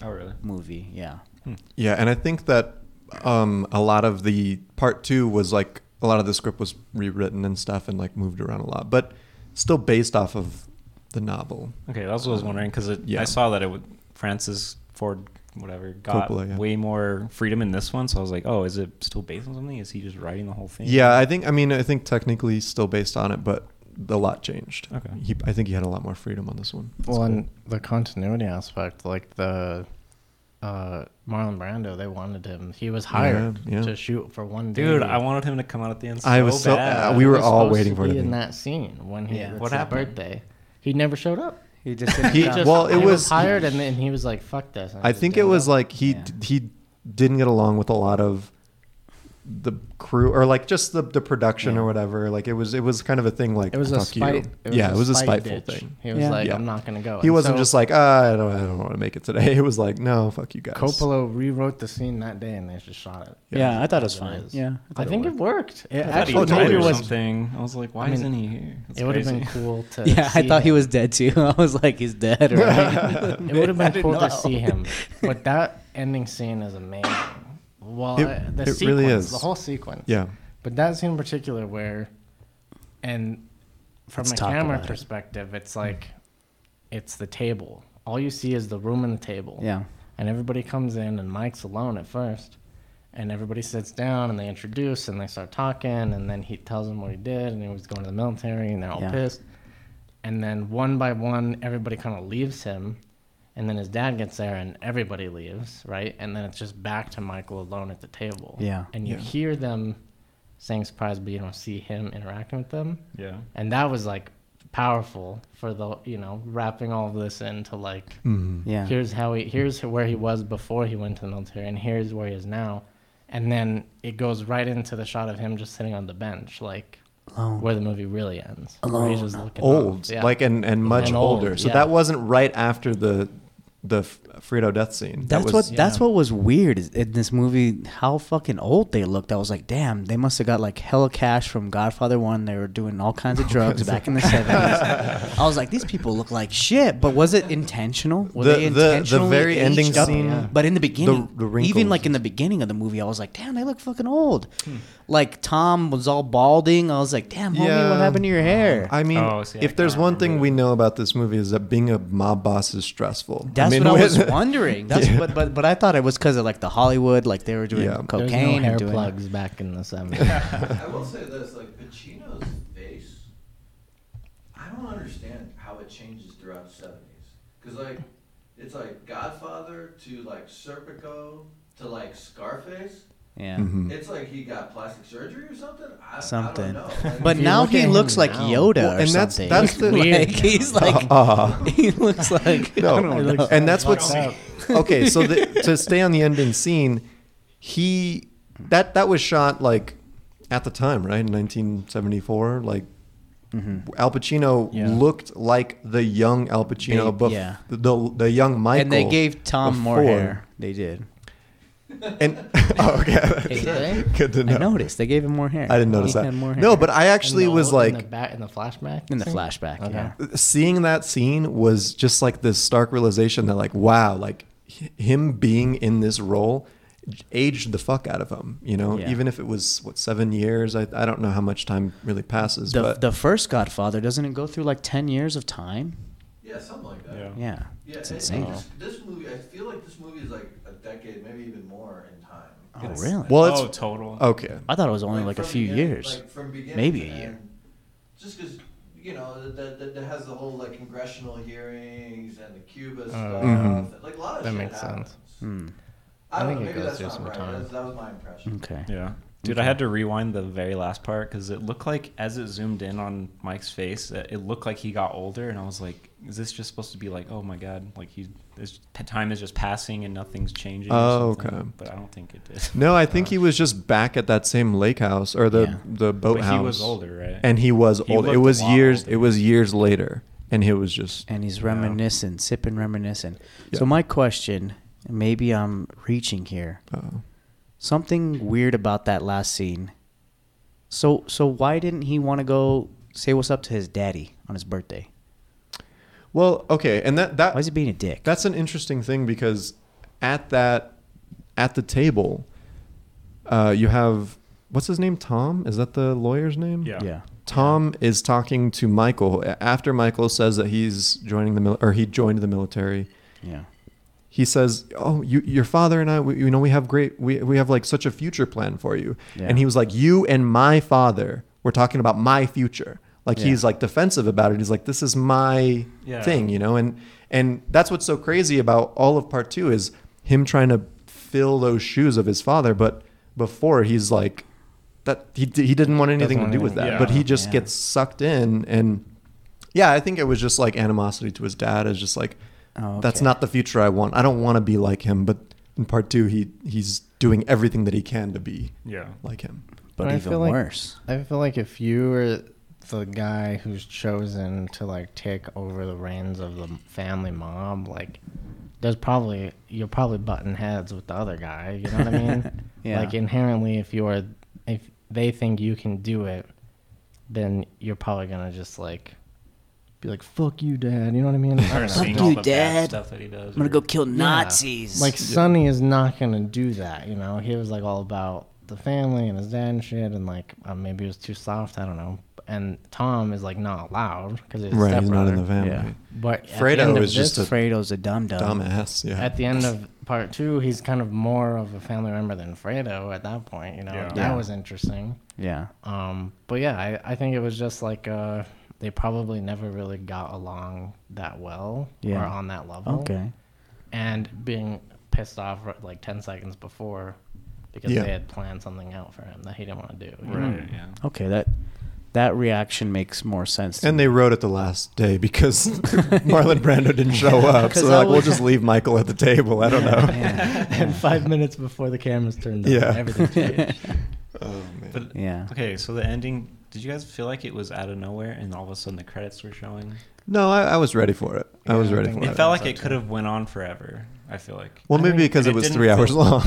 D: Oh really?
B: movie. Yeah.
D: Hmm.
A: Yeah, and I think that um, a lot of the part two was like a lot of the script was rewritten and stuff and like moved around a lot, but still based off of the novel.
D: Okay, that's what I was wondering because
A: Yeah.
D: I saw that it would Francis Ford whatever got
A: Coppola, yeah.
D: way more freedom in this one, so I was like, oh, is it still based on something? Is he just writing the whole thing?
A: Yeah, I think I mean I think technically still based on it, but a lot changed.
D: Okay.
A: He, I think he had a lot more freedom on this one.
C: well, and the continuity aspect, like the uh, Marlon Brando, they wanted him. He was hired
A: yeah.
C: to shoot for one day.
D: Dude, I wanted him to come out at the end. So
A: I was so-
D: bad.
A: uh, we
C: He
A: were
C: was
A: all
C: supposed
A: waiting
C: to
A: for it to
C: be in
A: be-
C: that scene when he
B: Yeah.
C: yeah.
D: What
C: what his
D: happened?
C: birthday. He never showed up.
B: He just
A: He-
C: He just-
A: well, it
C: he
A: was-
C: hired, and then he was like, "Fuck this." and
A: I
C: just
A: think it
C: didn't
A: was
C: go.
A: like he
B: Yeah.
A: he didn't get along with a lot of the crew or like just the, the production or whatever. Like it was it was kind of a thing like
C: It was a
A: fuck you.
C: spite.
A: yeah, it was a
C: spite
A: spiteful
C: bitch.
A: thing.
C: He was
B: Yeah.
C: like,
A: Yeah.
C: "I'm not gonna go."
A: He
C: And
A: wasn't
C: so
A: just like, ah, I don't, I don't want to make it today. It was like, no, fuck you guys.
C: Coppola rewrote the scene that day, and they just shot it.
B: Yeah, I thought it was
C: That's what
B: fine.
C: it is.
B: Yeah,
C: I think it worked. It
D: I thought he
C: actually
D: was
A: totally
D: dead
C: maybe
D: or
A: was-
D: something. I was like, why
C: I mean,
D: isn't he here? That's
C: It would have been
D: crazy.
C: cool to.
B: yeah, I
C: see
B: thought he
C: him.
B: was dead too. I was like, he's dead. Right?
C: It would have
B: I
C: been
B: didn't
C: cool
B: know.
C: to see him, but that ending scene is amazing. Well,
A: It-
C: I- the
A: it
C: sequence,
A: really is.
C: the whole sequence.
A: Yeah.
C: But that scene in particular, where and from
B: Let's
C: a
B: talk
C: camera
B: about it.
C: perspective, it's like it's the table. All you see is the room and the table.
B: Yeah.
C: And everybody comes in, and Mike's alone at first. And everybody sits down, and they introduce, and they start talking, and then he tells them what he did, and he was going to the military, and they're all
B: Yeah.
C: pissed. And then one by one, everybody kind of leaves him, and then his dad gets there, and everybody leaves, right? And then it's just back to Michael alone at the table.
B: Yeah.
C: And you
A: Yeah.
C: hear them saying surprise, but you don't see him interacting with them
D: Yeah.
C: and that was like powerful for the you know wrapping all of this into like
A: Mm.
B: Yeah.
C: here's how he here's where he was before he went to the military and here's where he is now and then it goes right into the shot of him just sitting on the bench like
B: Alone.
C: where the movie really ends where he's just looking
A: Old,
C: off. Yeah.
A: like and and much
C: And old,
A: older. So
C: yeah.
A: that wasn't right after the the F- Frito death scene. that
B: That's
A: was,
B: what that's
C: yeah.
B: what was weird is in this movie how fucking old they looked. I was like, damn, they must have got like hella cash from Godfather One. They were doing all kinds of drugs back in the seventies. I was like, these people look like shit. But was it intentional? Were
A: The-
B: they
A: the- the
B: intentionally
A: very ending
B: aged up?
A: scene, Yeah.
B: But in the beginning,
A: the
B: even
A: wrinkles.
B: like in the beginning of the movie, I was like, damn, they look fucking old. Like Tom was all balding. I was like, damn, homie, what
A: Yeah.
B: happened to your hair?
A: I mean,
D: Oh, see, I
A: if there's
D: can't
A: one thing
D: remember
A: we know about this movie is that being a mob boss is stressful.
B: That's
A: mean,
B: what I
A: when-
B: was wondering. That's but but but I thought it was because of like the Hollywood, like they were doing
A: Yeah. There's no
C: there's
B: cocaine
C: no hair
B: and doing
C: plugs back in the 70s
E: I will say this, like Pacino's face, I don't understand how it changes throughout the seventies. Cause like, it's like Godfather to like Serpico to like Scarface.
B: yeah.
A: Mhm.
E: It's like he got plastic surgery or something. I, I
B: Something.
E: don't know. Like,
B: But
C: If you
B: now
C: look
B: he
C: at him
B: looks like
C: now-
B: Yoda
A: Well,
B: or
A: and that's-
B: something.
A: that's the-
B: like, he's like
A: Ah.
B: he looks like I
A: no,
B: don't know.
A: and that's what's
C: Fucked
A: okay. So the, to stay on the ending scene, he that that was shot like at the time, right, in 1974. Like
B: Mm-hmm.
A: Al Pacino
C: Yeah.
A: looked like the young Al Pacino,
B: Babe,
A: bef-
B: yeah.
A: the, the young Michael.
B: and they gave Tom more
A: before.
B: hair. They did.
A: And oh, okay,
C: Did they?
A: good to know.
B: I noticed they gave him more hair.
A: I didn't notice
B: He
A: that.
B: had more hair.
A: No, but I actually
C: In the-
A: was
C: in the,
A: like,
C: back, in the flashback
B: in the
C: scene?
B: flashback,
C: Okay.
B: yeah.
A: seeing that scene was just like this stark realization that like wow like h- him being in this role aged the fuck out of him you know
B: Yeah.
A: even if it was what seven years I, I don't know how much time really passes
B: The
A: but
B: the first Godfather doesn't it go through like ten years of time?
E: yeah, something like that.
D: Yeah.
B: Yeah,
E: Yeah,
B: it's
E: and- and
B: insane.
E: this- This movie, I feel like this movie is like a decade, maybe even more in time.
B: Oh really?
A: well
D: oh,
A: it's
D: total.
A: okay
B: I thought it was only like a
E: from
B: few
E: beginning-
B: years.
E: like, from beginning
B: Maybe
E: to
B: a year.
E: end. Just because you know that, that, that has the whole like congressional hearings and the Cuba stuff,
A: Mhm.
E: like a lot of
C: Mm-hmm. That
E: shit
C: makes
E: happens.
B: Mm-hmm. Hmm.
C: I
E: I don't
C: think
E: know,
C: it
E: maybe
C: goes
E: that's
C: through
E: not
C: some
E: right.
C: time.
E: That's, that was my impression.
B: Okay.
D: Yeah. Dude, I had to rewind the very last part because it looked like as it zoomed in on Mike's face, uh, it it looked like he got older, and I was like, "Is this just supposed to be like, oh my god, like he, this t- time is just passing and nothing's changing?" or
A: Oh,
D: something?"
A: okay.
D: But I don't think it did.
A: no i think he was just back at that same lake house or the
B: Yeah.
A: the boat
D: But
A: house
D: he was older, right?
A: and he was
D: He
A: old it
D: looked a
A: was
D: lot
A: years
D: older.
A: it was years later and he was just
B: and he's reminiscing, sipping, reminiscing.
A: Yeah.
B: So my question, maybe I'm reaching here.
A: uh,
B: Something weird about that last scene. So so why didn't he want to go say what's up to his daddy on his birthday?
A: well okay and that that
B: Why is he being a dick?
A: That's an interesting thing because at that at the table, uh, you have what's his name? Tom? Is that the lawyer's name?
D: Yeah.
B: yeah.
A: Tom is talking to Michael A- after Michael says that he's joining the mil- or he joined the military.
B: Yeah.
A: He says, "Oh, you, your father and I, we, you know, we have great, we, we have like such a future plan for you."
B: Yeah.
A: And he was like, "You and my father were talking about my future." Like
B: Yeah.
A: he's like defensive about it. He's like, "This is my
D: Yeah.
A: thing," you know and and that's what's so crazy about all of part two is him trying to fill those shoes of his father but before he's like that he, d- he didn't want anything to
C: want
A: do with that
D: anything-
A: but he
D: yeah.
A: just
B: Yeah.
A: gets sucked in and yeah i think it was just like animosity to his dad is just like
B: Oh,
A: that's
B: okay.
A: not the future i want i don't want to be like him but in part two he he's doing everything that he can to be
D: Yeah.
A: like him
B: But
C: I
B: even
C: feel like-
B: worse.
C: I feel like if you were the guy who's chosen to like take over the reins of the family mob, like there's probably you're probably butting heads with the other guy. You know what I mean?
B: Yeah.
C: Like inherently, if you are, if they think you can do it, then you're probably gonna just like be like, "Fuck you, dad." You know what I mean? I
D: Or
C: don't know.
D: seeing
B: you,
D: all the bad
B: Dad.
D: Stuff that he does.
B: I'm going to
D: or-
B: go kill
C: Yeah.
B: Nazis.
C: Like Sonny is not gonna do that. You know, he was like all about the family and his dad and shit, and like uh, maybe it was too soft. I don't know. And Tom is like not allowed because he's
A: Right,
C: stepbrother.
A: he's not in the family.
B: Yeah.
C: But at the
A: Fredo
C: end of
A: is just
C: this-
A: a-
B: Fredo's a dumb dumb.
A: Dumbass. Yeah.
C: at the end of part two, he's kind of more of a family member than Fredo at that point. You know,
D: Yeah.
C: that
B: Yeah.
C: was interesting.
B: Yeah.
C: Um, but yeah, I, I think it was just like uh, they probably never really got along that well
B: Yeah.
C: or on that level.
B: Okay.
C: And being pissed off r- like 10 seconds before because
A: Yeah.
C: they had planned something out for him that he didn't want to do. you know?
D: Right. Yeah.
B: Okay. That that reaction makes more sense. to
A: and
B: me.
A: they wrote it the last day because Marlon Brando didn't show up. So
B: Because
A: they're
B: I
A: like, we'll
B: was-
A: just leave Michael at the table. I don't know.
B: Yeah.
C: and five minutes before the cameras turned on,
A: Yeah.
C: everything changed.
A: Oh, man.
D: But
B: Yeah.
D: okay, so the ending. Did you guys feel like it was out of nowhere and all of a sudden the credits were showing?
A: no, I, I was ready for it. I was
C: Yeah, I
A: ready
C: think
A: for
D: It
A: it.
D: felt like it could have went on forever. I feel like.
A: well,
C: I
A: maybe
C: think-
A: because it
D: it
A: was
D: didn't
A: three hours
D: feel-
A: long.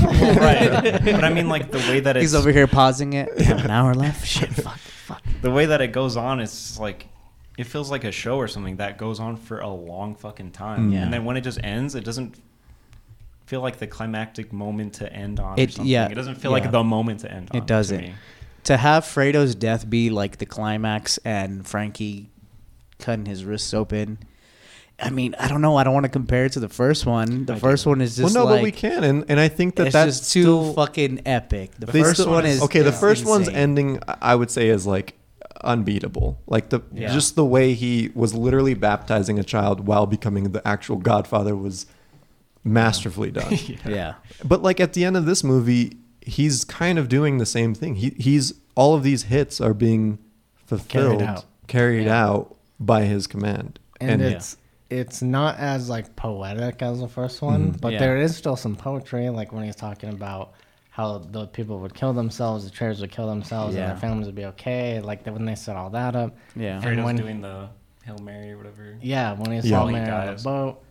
D: Well, right. but I mean, like the way that it's
B: He's over here pausing it. Have an hour left. Shit. Fuck. Fuck.
D: the way that it goes on is like it feels like a show or something that goes on for a long fucking time.
B: Mm. Yeah.
D: And then when it just ends, it doesn't feel like the climactic moment to end on. or
B: It-
D: something.
B: yeah,
D: It doesn't feel
B: yeah.
D: like the moment to end on.
B: It
D: to
B: doesn't.
D: me.
B: To have Fredo's death be like the climax and Frankie cutting his wrists open. I mean, I don't know. I don't want to compare it to the first one. The
D: I
B: first
D: do.
B: one is
A: well,
B: just
A: no,
B: like
A: but we can. And, and I think that
B: it's
A: that's
B: just too
A: still-
B: fucking epic. The
A: They
B: first
A: still-
B: one is
A: okay. the
B: is
A: first one's
B: insane.
A: ending, I I would say, is like unbeatable. Like the
D: Yeah.
A: just the way he was literally baptizing a child while becoming the actual Godfather was masterfully done.
B: Yeah,
A: But like at the end of this movie, he's kind of doing the same thing. He he's all of these hits are being fulfilled, carried out,
C: out. Yeah.
A: by his command. And,
C: and, it's it's not as like poetic as the first
A: Mm-hmm.
C: one, but
B: Yeah.
C: there is still some poetry. Like when he's talking about how the people would kill themselves, the traitors would kill themselves, and
B: Yeah.
C: their families would be okay. Like that when they set all that up,
B: yeah,
C: And
D: Fredo's
C: when-
D: doing the Hail Mary or whatever.
C: yeah, when he's
A: Yeah.
C: all
D: He
C: married on
D: dies.
C: the boat,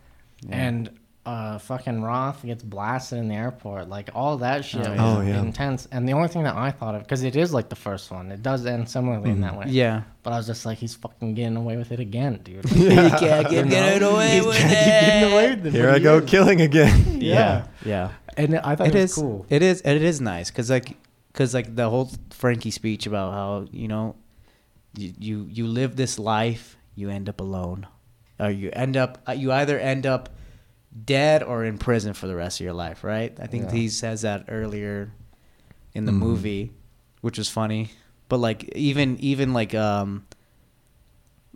C: and uh, fucking Roth gets blasted in the airport, like all that shit was
A: Oh, yeah.
C: intense. And the only thing that I thought of, because it is like the first one, it does end similarly in that way.
B: Mm-hmm. yeah.
C: But I was just like, he's fucking getting away with it again, dude.
B: You can't get, get it away with
C: He's getting away with it.
A: Here
C: but
A: I
C: he
A: go
C: is.
A: killing again.
C: Yeah.
B: yeah.
C: And I thought
B: It
C: it, was
B: is
C: cool.
B: It is. It is nice because like because like the whole Frankie speech about how you know you you, you live this life you end up alone or you end up uh, you either end up dead or in prison for the rest of your life right i think
C: Yeah.
B: he says that earlier in the
A: Mhm.
B: movie which was funny but like even even like um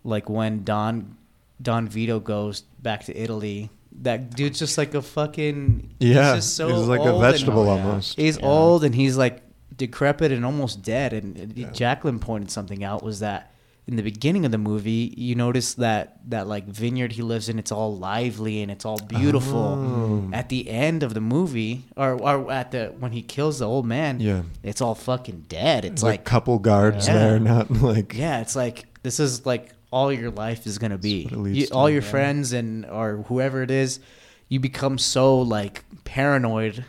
B: like when don don vito goes back to italy that dude's just like a fucking
A: yeah,
B: he's just so
A: he's like a
B: old and-
A: vegetable
C: yeah.
A: almost.
B: He's
C: Yeah.
B: old and he's like decrepit and almost dead. And and
A: Yeah.
B: Jacqueline pointed something out was that in the beginning of the movie, you notice that that like vineyard he lives in, it's all lively and it's all beautiful.
A: Oh.
B: At the end of the movie, or, or at the when he kills the old man,
A: Yeah.
B: it's all fucking dead. It's
A: It's like,
B: like,
A: couple guards
B: Yeah.
A: there, not like
B: yeah, it's like this is like all your life is gonna be.
A: That's what it leads
B: You-
A: to,
B: all your friends and or whoever it is, you become so like paranoid,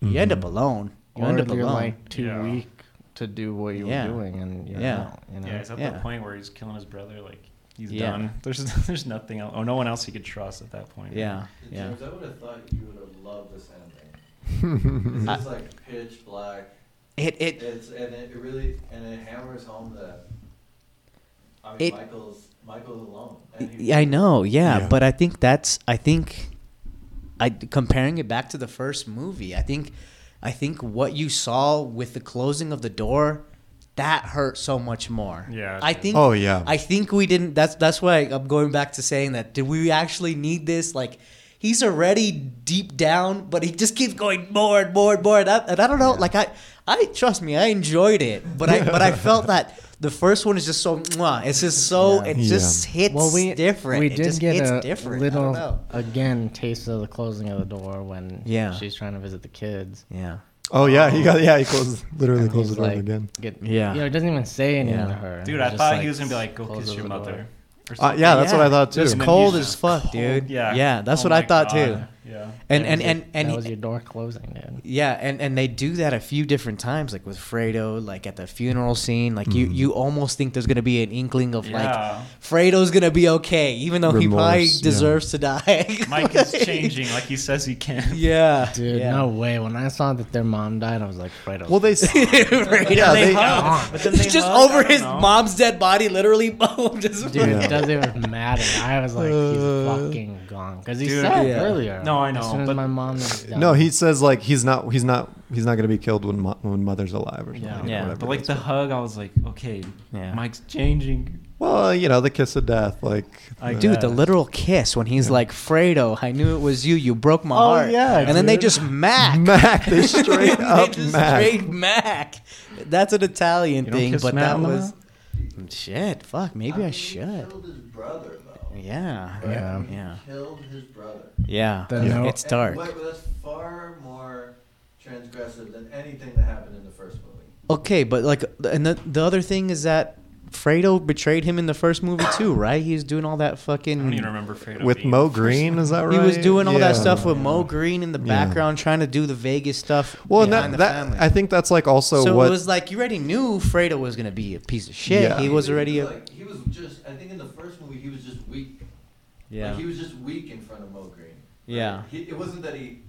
B: you end up
A: Mm-hmm.
B: alone. You
C: Or
B: end up
C: you're
B: alone.
C: like too
D: Yeah.
C: weak to do what you
B: Yeah.
C: were doing, and you're
B: Yeah.
C: out, you know?
D: Yeah, is that
B: Yeah.
D: the point where he's killing his brother? Like he's
B: Yeah.
D: done. There's there's nothing else, or no one else he could trust at that point.
B: Yeah, yeah.
E: James, I would have thought you would have loved this ending. it's just like pitch black.
B: It Mm-hmm. it
E: It's and it really and it hammers home that I mean
B: It-
E: Michael's Michael's alone. And he-
B: I know, yeah,
A: Yeah.
B: but I think that's I think I comparing it back to the first movie. I think I think what you saw with the closing of the door that hurt so much more.
D: Yeah, it
B: I
D: did.
B: think
A: Oh yeah.
B: I think we didn't. That's that's why I'm going back to saying that. Did we actually need this? Like, he's already deep down, but he just keeps going more and more and more. And I, and I don't know. Like I, I trust me, I enjoyed it, but I but I felt that the first one is just so. Mwah, it's just so.
C: Yeah.
B: It just hits
C: Well, we
B: different.
C: We
B: It
C: did
B: just
C: get
B: hits
C: a
B: different. I don't
C: little
B: know.
C: again taste of the closing of the door when
B: Yeah.
C: she's trying to visit the kids.
B: Yeah.
A: oh yeah. He got yeah. He closed literally
C: And
A: closed
C: he's
A: the door
C: like,
A: again.
C: Get,
B: Yeah.
C: yeah, you know, it doesn't even say anything
B: Yeah.
C: to her.
D: Dude,
C: It's
D: I
C: just
D: thought
C: like,
D: he was gonna be like, "Go
C: closes
D: kiss your
C: the door.
D: mother." or
A: Uh,
D: something.
A: yeah, that's what I thought too.
B: It's
D: And then
B: cold
D: he's
B: as
D: just
B: fuck,
D: cold.
B: dude.
D: Yeah.
B: Yeah, that's
D: Oh
B: what I
D: my
B: thought
D: God.
B: too.
D: Yeah.
B: And
C: That
B: and
C: was
B: and
C: your-
B: and
C: that
B: he-
C: was your door closing, dude.
B: yeah, and and they do that a few different times, like with Fredo, like at the funeral scene. Like you, you almost think there's gonna be an inkling of
D: Yeah.
B: like Fredo's gonna be okay, even though he probably
A: Remorse, yeah.
B: deserves to die.
D: Mike is
B: Like-
D: changing like he says he can.
B: Yeah,
C: Dude,
B: yeah.
C: no way. When I saw that their mom died, I was like, Fredo.
A: Well, they
B: Fredo,
A: Yeah, they-
D: hug, but then they
B: He's just
D: hug, I
B: over
D: don't
B: his
D: know.
B: mom's dead body, literally. boom, just-
C: Dude,
A: Yeah.
C: it doesn't even matter. I was like,
A: Uh,
C: he's fucking gone. Because he
D: Dude.
C: said
B: Yeah.
C: earlier.
D: No, I know,
C: As soon as
D: but-
C: my mom is done.
A: no, he says like he's not he's not he's not gonna be killed when mo- when mother's alive or something.
C: Yeah.
A: or
B: Yeah,
A: whatever
D: But
A: it
D: like
A: is.
D: the hug, I was like, okay,
B: Yeah.
D: Mike's changing.
A: well, you know, the kiss of death, like
D: I
A: the-
D: do.
B: Dude, the literal kiss when he's like, Fredo, I knew it was you. You broke my
C: Oh,
B: heart.
C: yeah,
B: And then they
C: dude.
B: just mac.
A: Mac, they straight
B: They
A: up
B: just
A: Mac.
B: straight mac. That's an Italian
D: You don't
B: thing,
D: kiss
B: but
D: Matt
B: that
D: on the
B: was. Shit, fuck, maybe I
E: mean, He
B: should.
E: killed his brother though.
B: Yeah.
E: right?
C: Yeah.
E: He
B: Yeah.
E: Killed his brother.
B: Yeah.
C: Then no-
B: It's
E: And
B: dark.
E: what- that's far more transgressive than anything that happened in the first movie.
B: Okay, but like, and the, the other thing is that Fredo betrayed him in the first movie too, right? He was doing all that fucking.
D: I don't even remember Fredo
A: with
D: being
A: Mo
D: the first
A: Green,
D: one.
A: is that right?
B: He was doing all
A: Yeah.
B: that stuff with Mo Green in the
A: Yeah.
B: background, trying to do the Vegas stuff.
A: Well, and
B: behind
A: that,
B: the
A: that
B: family.
A: I think that's like also
B: so
A: what
B: it was like you already knew Fredo was gonna be a piece of shit.
A: Yeah.
B: He was already a
E: like he was just. I think in the first movie he was just weak.
B: yeah.
E: Like, he was just weak in front of Mo Green. Like,
B: Yeah.
E: He, it wasn't that he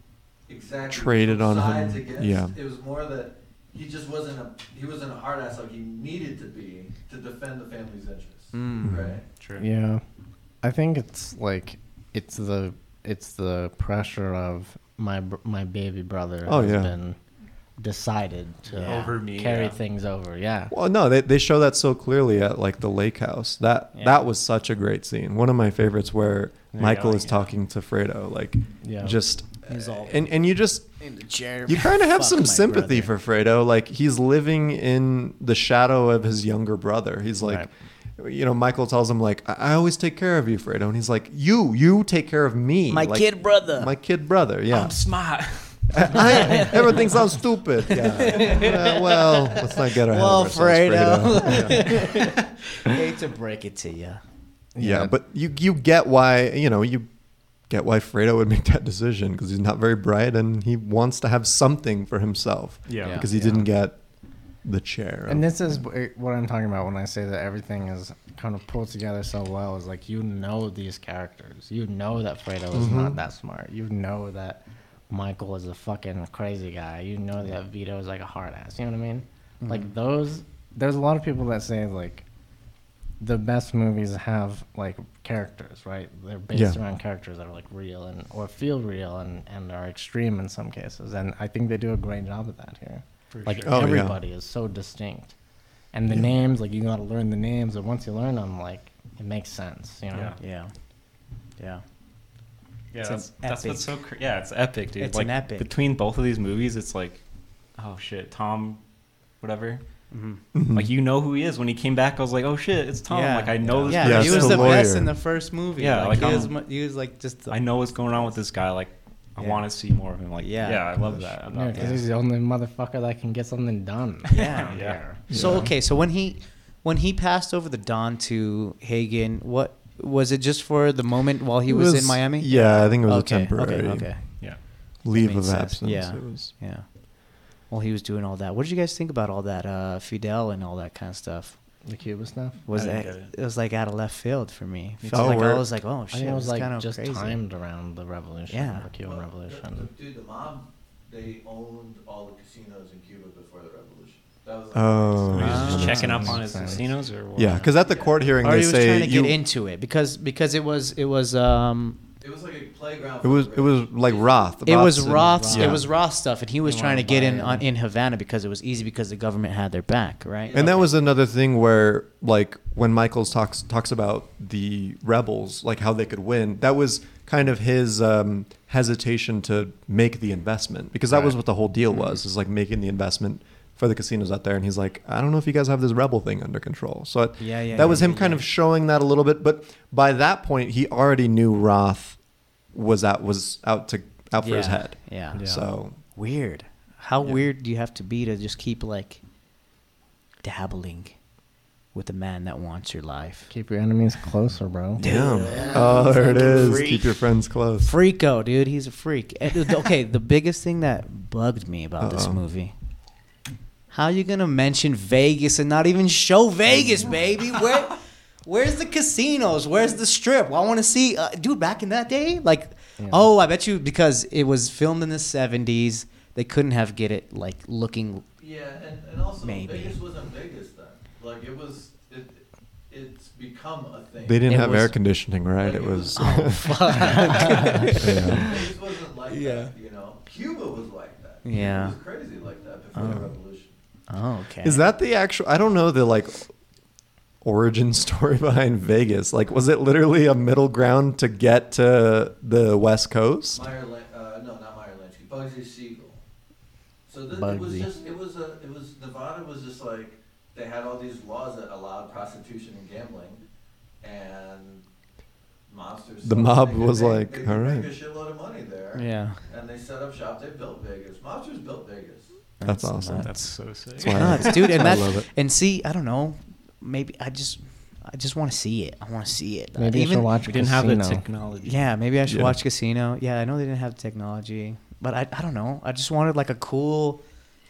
E: exactly
A: Traded on him,
E: sides Against.
A: yeah.
E: It was more that he just wasn't a he wasn't a hard ass like he needed to be to defend the family's interests.
B: Hmm.
E: Right.
D: True.
C: Yeah, I think it's like it's the it's the pressure of my br- my baby brother
A: Oh,
C: has
A: yeah.
C: been decided to
D: Yeah. Over me,
C: carry
D: yeah.
C: things over. Yeah,
A: Well, no, they, they show that so clearly at like the lake house. That
B: Yeah.
A: that was such a great scene. One of my favorites where
D: Yeah,
A: Michael is
D: yeah.
A: talking to Fredo, like
C: Yeah.
A: just
B: He's all-
A: and and you just
B: in the chair.
A: you kind of have
B: Fuck
A: some
B: my
A: sympathy
B: brother.
A: for Fredo. Like he's living in the shadow of his younger brother. He's like, you know, Michael tells him like, I, I always take care of you, Fredo, and he's like, you you take care of me,
B: my
A: Like,
B: kid brother.
A: my kid brother. Yeah,
D: I'm smart.
A: I, everything sounds stupid. Yeah. Uh, well, let's not get our head
B: well,
A: over ourselves,
B: Fredo. Hate to break it to you.
A: Yeah,
C: Yeah.
A: but you you get why you know you get why Fredo would make that decision because he's not very bright and he wants to have something for himself.
D: Yeah.
A: because he didn't get the chair.
C: and this is wh- what I'm talking about when I say that everything is kind of pulled together so well. Is like you know these characters, you know that Fredo is not that smart, you know that Michael is a fucking crazy guy, you know that Vito is like a hard ass. You know what I mean? Like those, there's a lot of people that say like the best movies have like characters, right? They're based
A: Yeah.
C: around characters that are like real and or feel real and and are extreme in some cases. And I think they do a great job of that here. like
A: sure. Oh, yeah.
C: everybody is so distinct, and the names like you got to learn the names, and once you learn them, like it makes sense, you know.
D: Yeah.
B: Yeah. Yeah.
D: Yeah,
B: It's
D: that's,
B: an
D: that's what's so
B: epic.
D: cr- yeah, it's epic, dude.
B: It's
D: like
B: an epic.
D: between both of these movies, it's like, oh shit, Tom, whatever.
B: Mhm.
A: Mm-hmm.
D: Like you know who he is. When he came back, I was like, oh shit, it's Tom. Like I know this.
B: Yeah,
A: Yeah,
B: he
A: it's
B: was
A: the
B: the best
A: lawyer.
B: in the first movie.
D: Yeah,
B: like,
D: like,
B: he, was,
D: I'm-
B: mu- he was like just. the-
D: I know what's going on with this guy. Like, I
B: Yeah.
D: want to see more of him. Like,
B: Yeah.
D: yeah, I love that.
C: Yeah,
D: About
C: 'cause he's the only motherfucker that can get something done.
B: Yeah.
D: Yeah.
B: So okay, so when he when he passed over the Don to Hagen, what was it? Just for the moment while he
A: It
B: was, in Miami?
A: Yeah, I think it was
B: okay,
A: a temporary
B: Okay. Okay.
D: Yeah.
A: leave
B: That
A: of
B: makes sense.
A: absence.
B: Yeah.
A: It was,
B: Yeah. Well, he was doing all that. What did you guys think about all that uh, Fidel and all that kind of stuff?
C: The Cuba stuff.
B: Was
D: I didn't
B: that
D: get
B: it.
D: it.
B: was like out of left field for me.
A: Me
B: Felt
A: too.
B: like
A: Oh, we're-
B: I was like, oh
C: I
B: shit,
C: think it was
B: kind
C: like
B: of
C: just
B: crazy.
C: timed around the revolution,
B: Yeah.
C: the Cuban
E: Well,
C: Revolution.
E: The, the, dude, the mob, they owned all the casinos in Cuba before the revolution. That was like,
A: Oh.
D: So
A: Wow.
D: he's just
B: Ah.
D: checking up on
C: Makes
D: his
C: sense.
D: casinos or what?
A: yeah, because at the court hearing
B: Or
A: they
B: he was trying
A: say
B: to
A: you,
B: get into it because because it was it was um
E: It was like a playground.
A: it was
E: for the
A: it was
E: rich.
A: like Roth.
B: it was
A: and-
B: Roth's
A: Yeah.
B: it was Roth stuff and he was
C: They
B: trying to
C: wanted
B: get
C: to
B: in
C: buy
B: on,
C: in.
B: in Havana because it was easy because the government had their back right
A: And that was another thing where, like, when Michaels talks talks about the rebels, like how they could win, that was kind of his um, hesitation to make the investment because that was what the whole deal
B: Mm-hmm.
A: was, is like making the investment for the casinos out there. And he's like, I don't know if you guys have this rebel thing under control. So it,
B: Yeah, yeah,
A: that was
B: yeah,
A: him
B: yeah,
A: kind
B: yeah.
A: of showing that a little bit. But by that point, he already knew Roth was out was out to out for his
B: Yeah,
A: head.
B: yeah. Yeah.
A: So
B: weird how weird do you have to be to just keep like dabbling with a man that wants your life.
C: Keep your enemies closer, bro.
A: Damn. Oh, there it is. Keep your friends close.
B: Freako, dude, he's a freak. And, okay, the biggest thing that bugged me about this
A: Uh-oh.
B: movie. How you gonna mention Vegas and not even show Vegas, baby? Where, where's the casinos? Where's the strip? I want to see, uh, dude. Back in that day, like, oh, I bet you because it was filmed in the '70s, they couldn't have get it like looking
E: Yeah, and, and also
B: Maybe.
E: Vegas wasn't Vegas then. Like it was, it, it's become a thing.
A: They didn't
B: It
A: have air
B: was-
A: conditioning, right?
E: Like,
A: It was. uh,
E: Oh,
A: Yeah.
E: Vegas wasn't like
B: Yeah.
E: that, you know. Cuba was like that.
B: Yeah. Uh-huh.
E: It was crazy like that before the revolution.
B: Oh, okay.
A: Is that the actual? I don't know the like origin story behind Vegas. Like, was it literally a middle ground to get to the West Coast?
E: Meyer, Lan- uh, no, not Meyer Lansky, Bugsy Siegel. So th- it was
C: Bugsy.
E: just, it was a, it was Nevada was just like they had all these laws that allowed prostitution and gambling, and monsters.
A: The
E: sold-
A: mob
E: they could
A: was
E: make-
A: like,
E: they could
A: "All right."
E: make a shitload of money there,
B: Yeah.
E: and they set up shop. They built Vegas. Monsters built Vegas.
A: That's awesome.
D: That's so sick.
A: why-
B: nuts, dude. And
A: I
B: that,
A: love it.
B: and see, I don't know. Maybe I just, I just want to see it. I want to see it.
C: Maybe
B: uh,
C: you
B: Even-
C: should watch
D: We didn't have the
C: Casino.
D: technology.
B: Yeah, maybe I should
A: Yeah.
B: watch Casino. Yeah, I know they didn't have technology, but I, I don't know. I just wanted like a cool,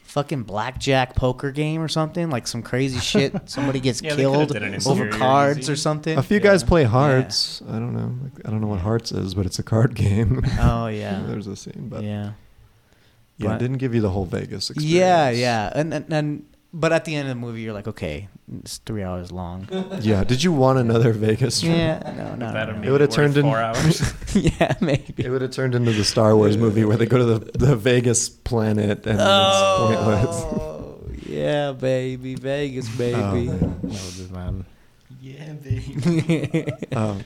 B: fucking blackjack poker game or something, like some crazy shit. Somebody gets
D: Yeah, they coulda
B: killed
D: did an
B: over
D: interior
B: cards
D: easy.
B: or something.
A: A few guys
D: Yeah.
A: play hearts. I don't know. Like, I don't know what hearts is, but it's a card game.
B: Oh yeah,
A: There's a scene, but yeah,
B: yeah.
A: it didn't give you the whole Vegas experience.
B: Yeah, yeah, and, and and but at the end of the movie, you're like, okay, it's three hours long.
A: Yeah. Did you want another Vegas trip?
B: yeah, no, no,
D: That'd
B: no, no.
D: make
A: would've
D: worth
A: turned in-
D: four hours.
B: yeah, maybe.
A: It would have turned into the Star Wars movie where they go to the, the Vegas planet and it's pointless.
B: Oh, yeah, baby, Vegas, baby.
A: Oh, man.
C: That would be bad.
D: yeah, baby.
A: Um,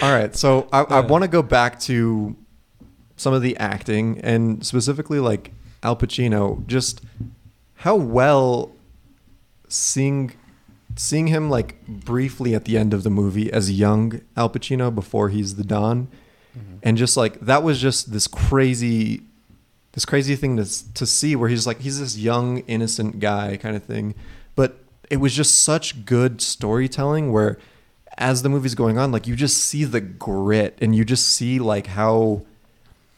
A: all right, so I, I want to go back to some of the acting and specifically like Al Pacino. Just how well seeing seeing him like briefly at the end of the movie as young Al Pacino before he's the Don, and just like that was just this crazy this crazy thing to s- to see where he's like he's this young innocent guy kind of thing, but it was just such good storytelling where as the movie's going on like you just see the grit and you just see like how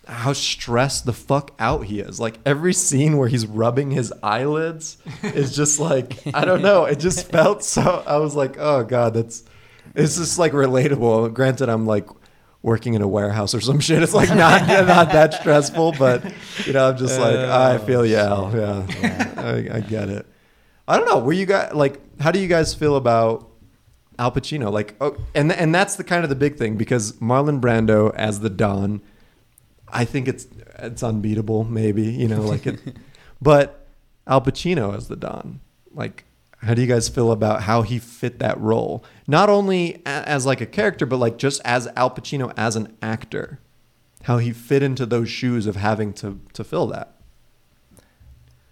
A: how stressed the fuck out he is. Like every scene where he's rubbing his eyelids is just like I don't know. It just felt so. I was like, oh god, that's it's just like relatable. Granted, I'm like working in a warehouse or some shit. It's like not not that stressful, but you know, I'm just like "Ah, I feel you, Al. Yeah, I, I get it. I don't know. Were you guys like? How do you guys feel about Al Pacino? Like, oh, and and that's the kind of the big thing because Marlon Brando as the Don. I think it's it's unbeatable, maybe you know, like it. but Al Pacino as the Don, like, how do you guys feel about how he fit that role? Not only a- as like a character, but like just as Al Pacino as an actor, how he fit into those shoes of having to to fill that.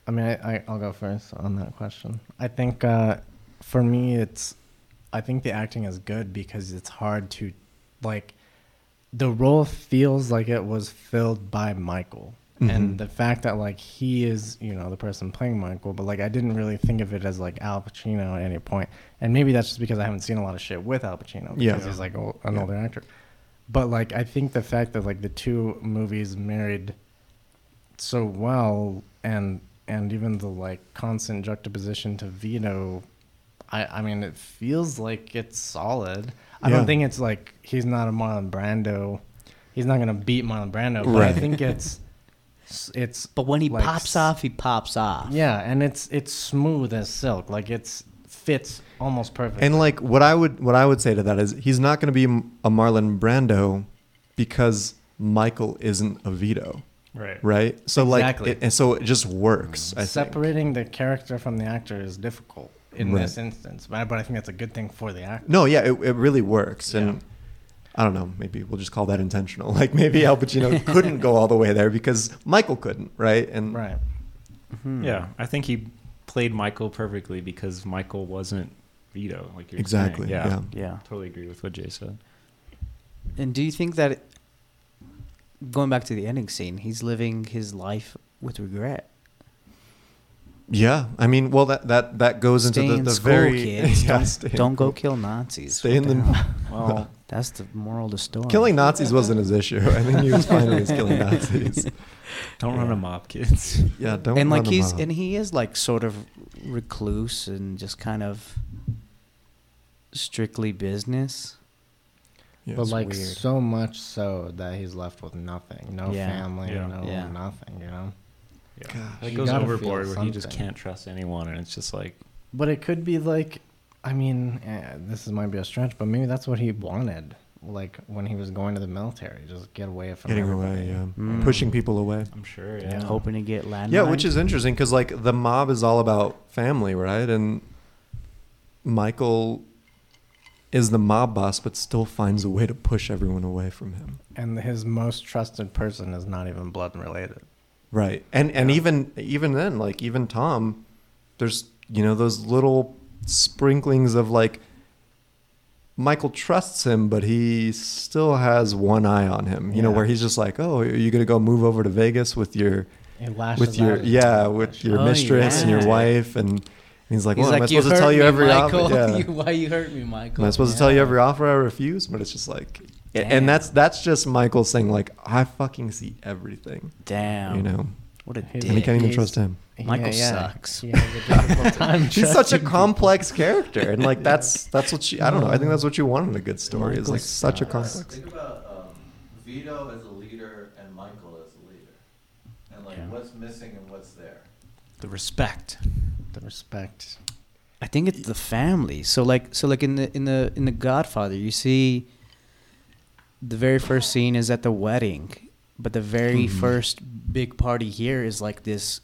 C: I mean, I, I, I'll go first on that question. I think uh, for me, it's I think the acting is good because it's hard to like the role feels like it was filled by Michael,
A: Mm-hmm.
C: and the fact that like he is you know the person playing Michael, but like I didn't really think of it as like Al Pacino at any point, and maybe that's just because I haven't seen a lot of shit with Al Pacino because
A: Yeah.
C: he's like ol- an
A: Yeah.
C: older actor, but like I think the fact that like the two movies married so well and and even the like constant juxtaposition to Vito I I mean it feels like it's solid. I
A: Yeah.
C: don't think it's like he's not a Marlon Brando. He's not going to beat Marlon Brando, but I
A: Right.
C: think it's it's
B: But when he
C: like,
B: pops off, he pops off.
C: Yeah, and it's it's smooth as silk. Like it's fits almost perfect.
A: And like what I would what I would say to that is he's not going to be a Marlon Brando because Michael isn't a Vito,
D: Right.
A: right? So like,
C: Exactly.
A: it, and so it just works. I think.
C: separating the character from the actor is difficult in
A: Right.
C: this instance, but I, but I think that's a good thing for the actor.
A: No, yeah, it, it really works. And I don't know, maybe we'll just call that intentional. Like maybe Al Pacino couldn't go all the way there because Michael couldn't, right? And
C: Right.
A: Hmm.
D: Yeah, I think he played Michael perfectly because Michael wasn't Vito. Like you're
A: exactly.
D: saying.
A: Yeah.
B: Yeah.
D: Totally agree with what Jay said.
B: And do you think that, it, going back to the ending scene, he's living his life with regret?
A: Yeah, I mean, well, that that that goes into
B: Stay
A: the,
B: in
A: the
B: school,
A: very
B: kids.
A: Yeah, stay
B: don't,
A: in-
B: don't go kill Nazis.
A: Stay in
B: What
A: the-
B: hell?
D: Well,
B: That's the moral of the story.
A: Killing Nazis wasn't his issue. I think he was fine with killing Nazis.
D: don't run a mob, kids.
A: Yeah, don't.
B: and like
A: run him
B: he's
A: off.
B: and he is like sort of recluse and just kind of strictly business.
A: Yeah.
C: but like
B: weird.
C: so much so that he's left with nothing, no
B: Yeah.
C: family,
D: Yeah.
C: no
B: Yeah.
C: nothing, you know.
A: Gosh.
D: It
C: You
D: goes
C: gotta feel
D: overboard where he just
C: something.
D: can't trust anyone, and it's just like
C: But it could be like, I mean, eh, this is, might be a stretch, but maybe that's what he wanted, like when he was going to the military, just get away from
A: getting
C: everybody.
A: away, yeah.
B: Mm.
A: pushing people away.
D: I'm sure.
C: Yeah.
D: Yeah.
B: Hoping to get land.
A: Yeah, which is interesting because like the mob is all about family, right? And Michael is the mob boss, but still finds a way to push everyone away from him.
C: And his most trusted person is not even blood related.
A: Right. And and even even then, like even Tom, there's you know those little sprinklings of like Michael trusts him, but he still has one eye on him. You know
C: Yeah.
A: where he's just like, oh, are you gonna go move over to Vegas with your
C: It lashes
A: with your
C: out.
A: yeah with your
B: Oh,
A: mistress and your
B: yeah.
A: wife and. He's like,
B: He's
A: well,
B: like,
A: am I
B: you
A: supposed to
B: hurt
A: tell you
B: me,
A: every offer?
B: Michael.
A: Yeah.
B: You- why you hurt me, Michael?
A: Am I supposed to
B: Yeah.
A: tell you every offer I refuse? But it's just like, and-
B: Damn.
A: and that's that's just Michael saying like, I fucking see everything,
B: Damn.
A: you know,
B: What a
C: He's-
A: and he
B: dick.
A: can't even
C: He's-
A: trust him.
C: He-
B: Michael sucks.
C: He has a difficult time
A: She's such a
C: trusting
A: complex character, and like that's that's what she. I don't know. I think that's what you want in a good story. Is like
B: Michael's
A: such a
E: Yeah,
A: complex.
E: Think about um, Vito as a leader and Michael as a leader, and like
B: Yeah.
E: what's missing and what's there.
D: the respect.
C: the respect.
B: I think it's the family. So like so like in the in the in the Godfather, you see the very first scene is at the wedding, but the very
A: Mm-hmm.
B: first big party here is like this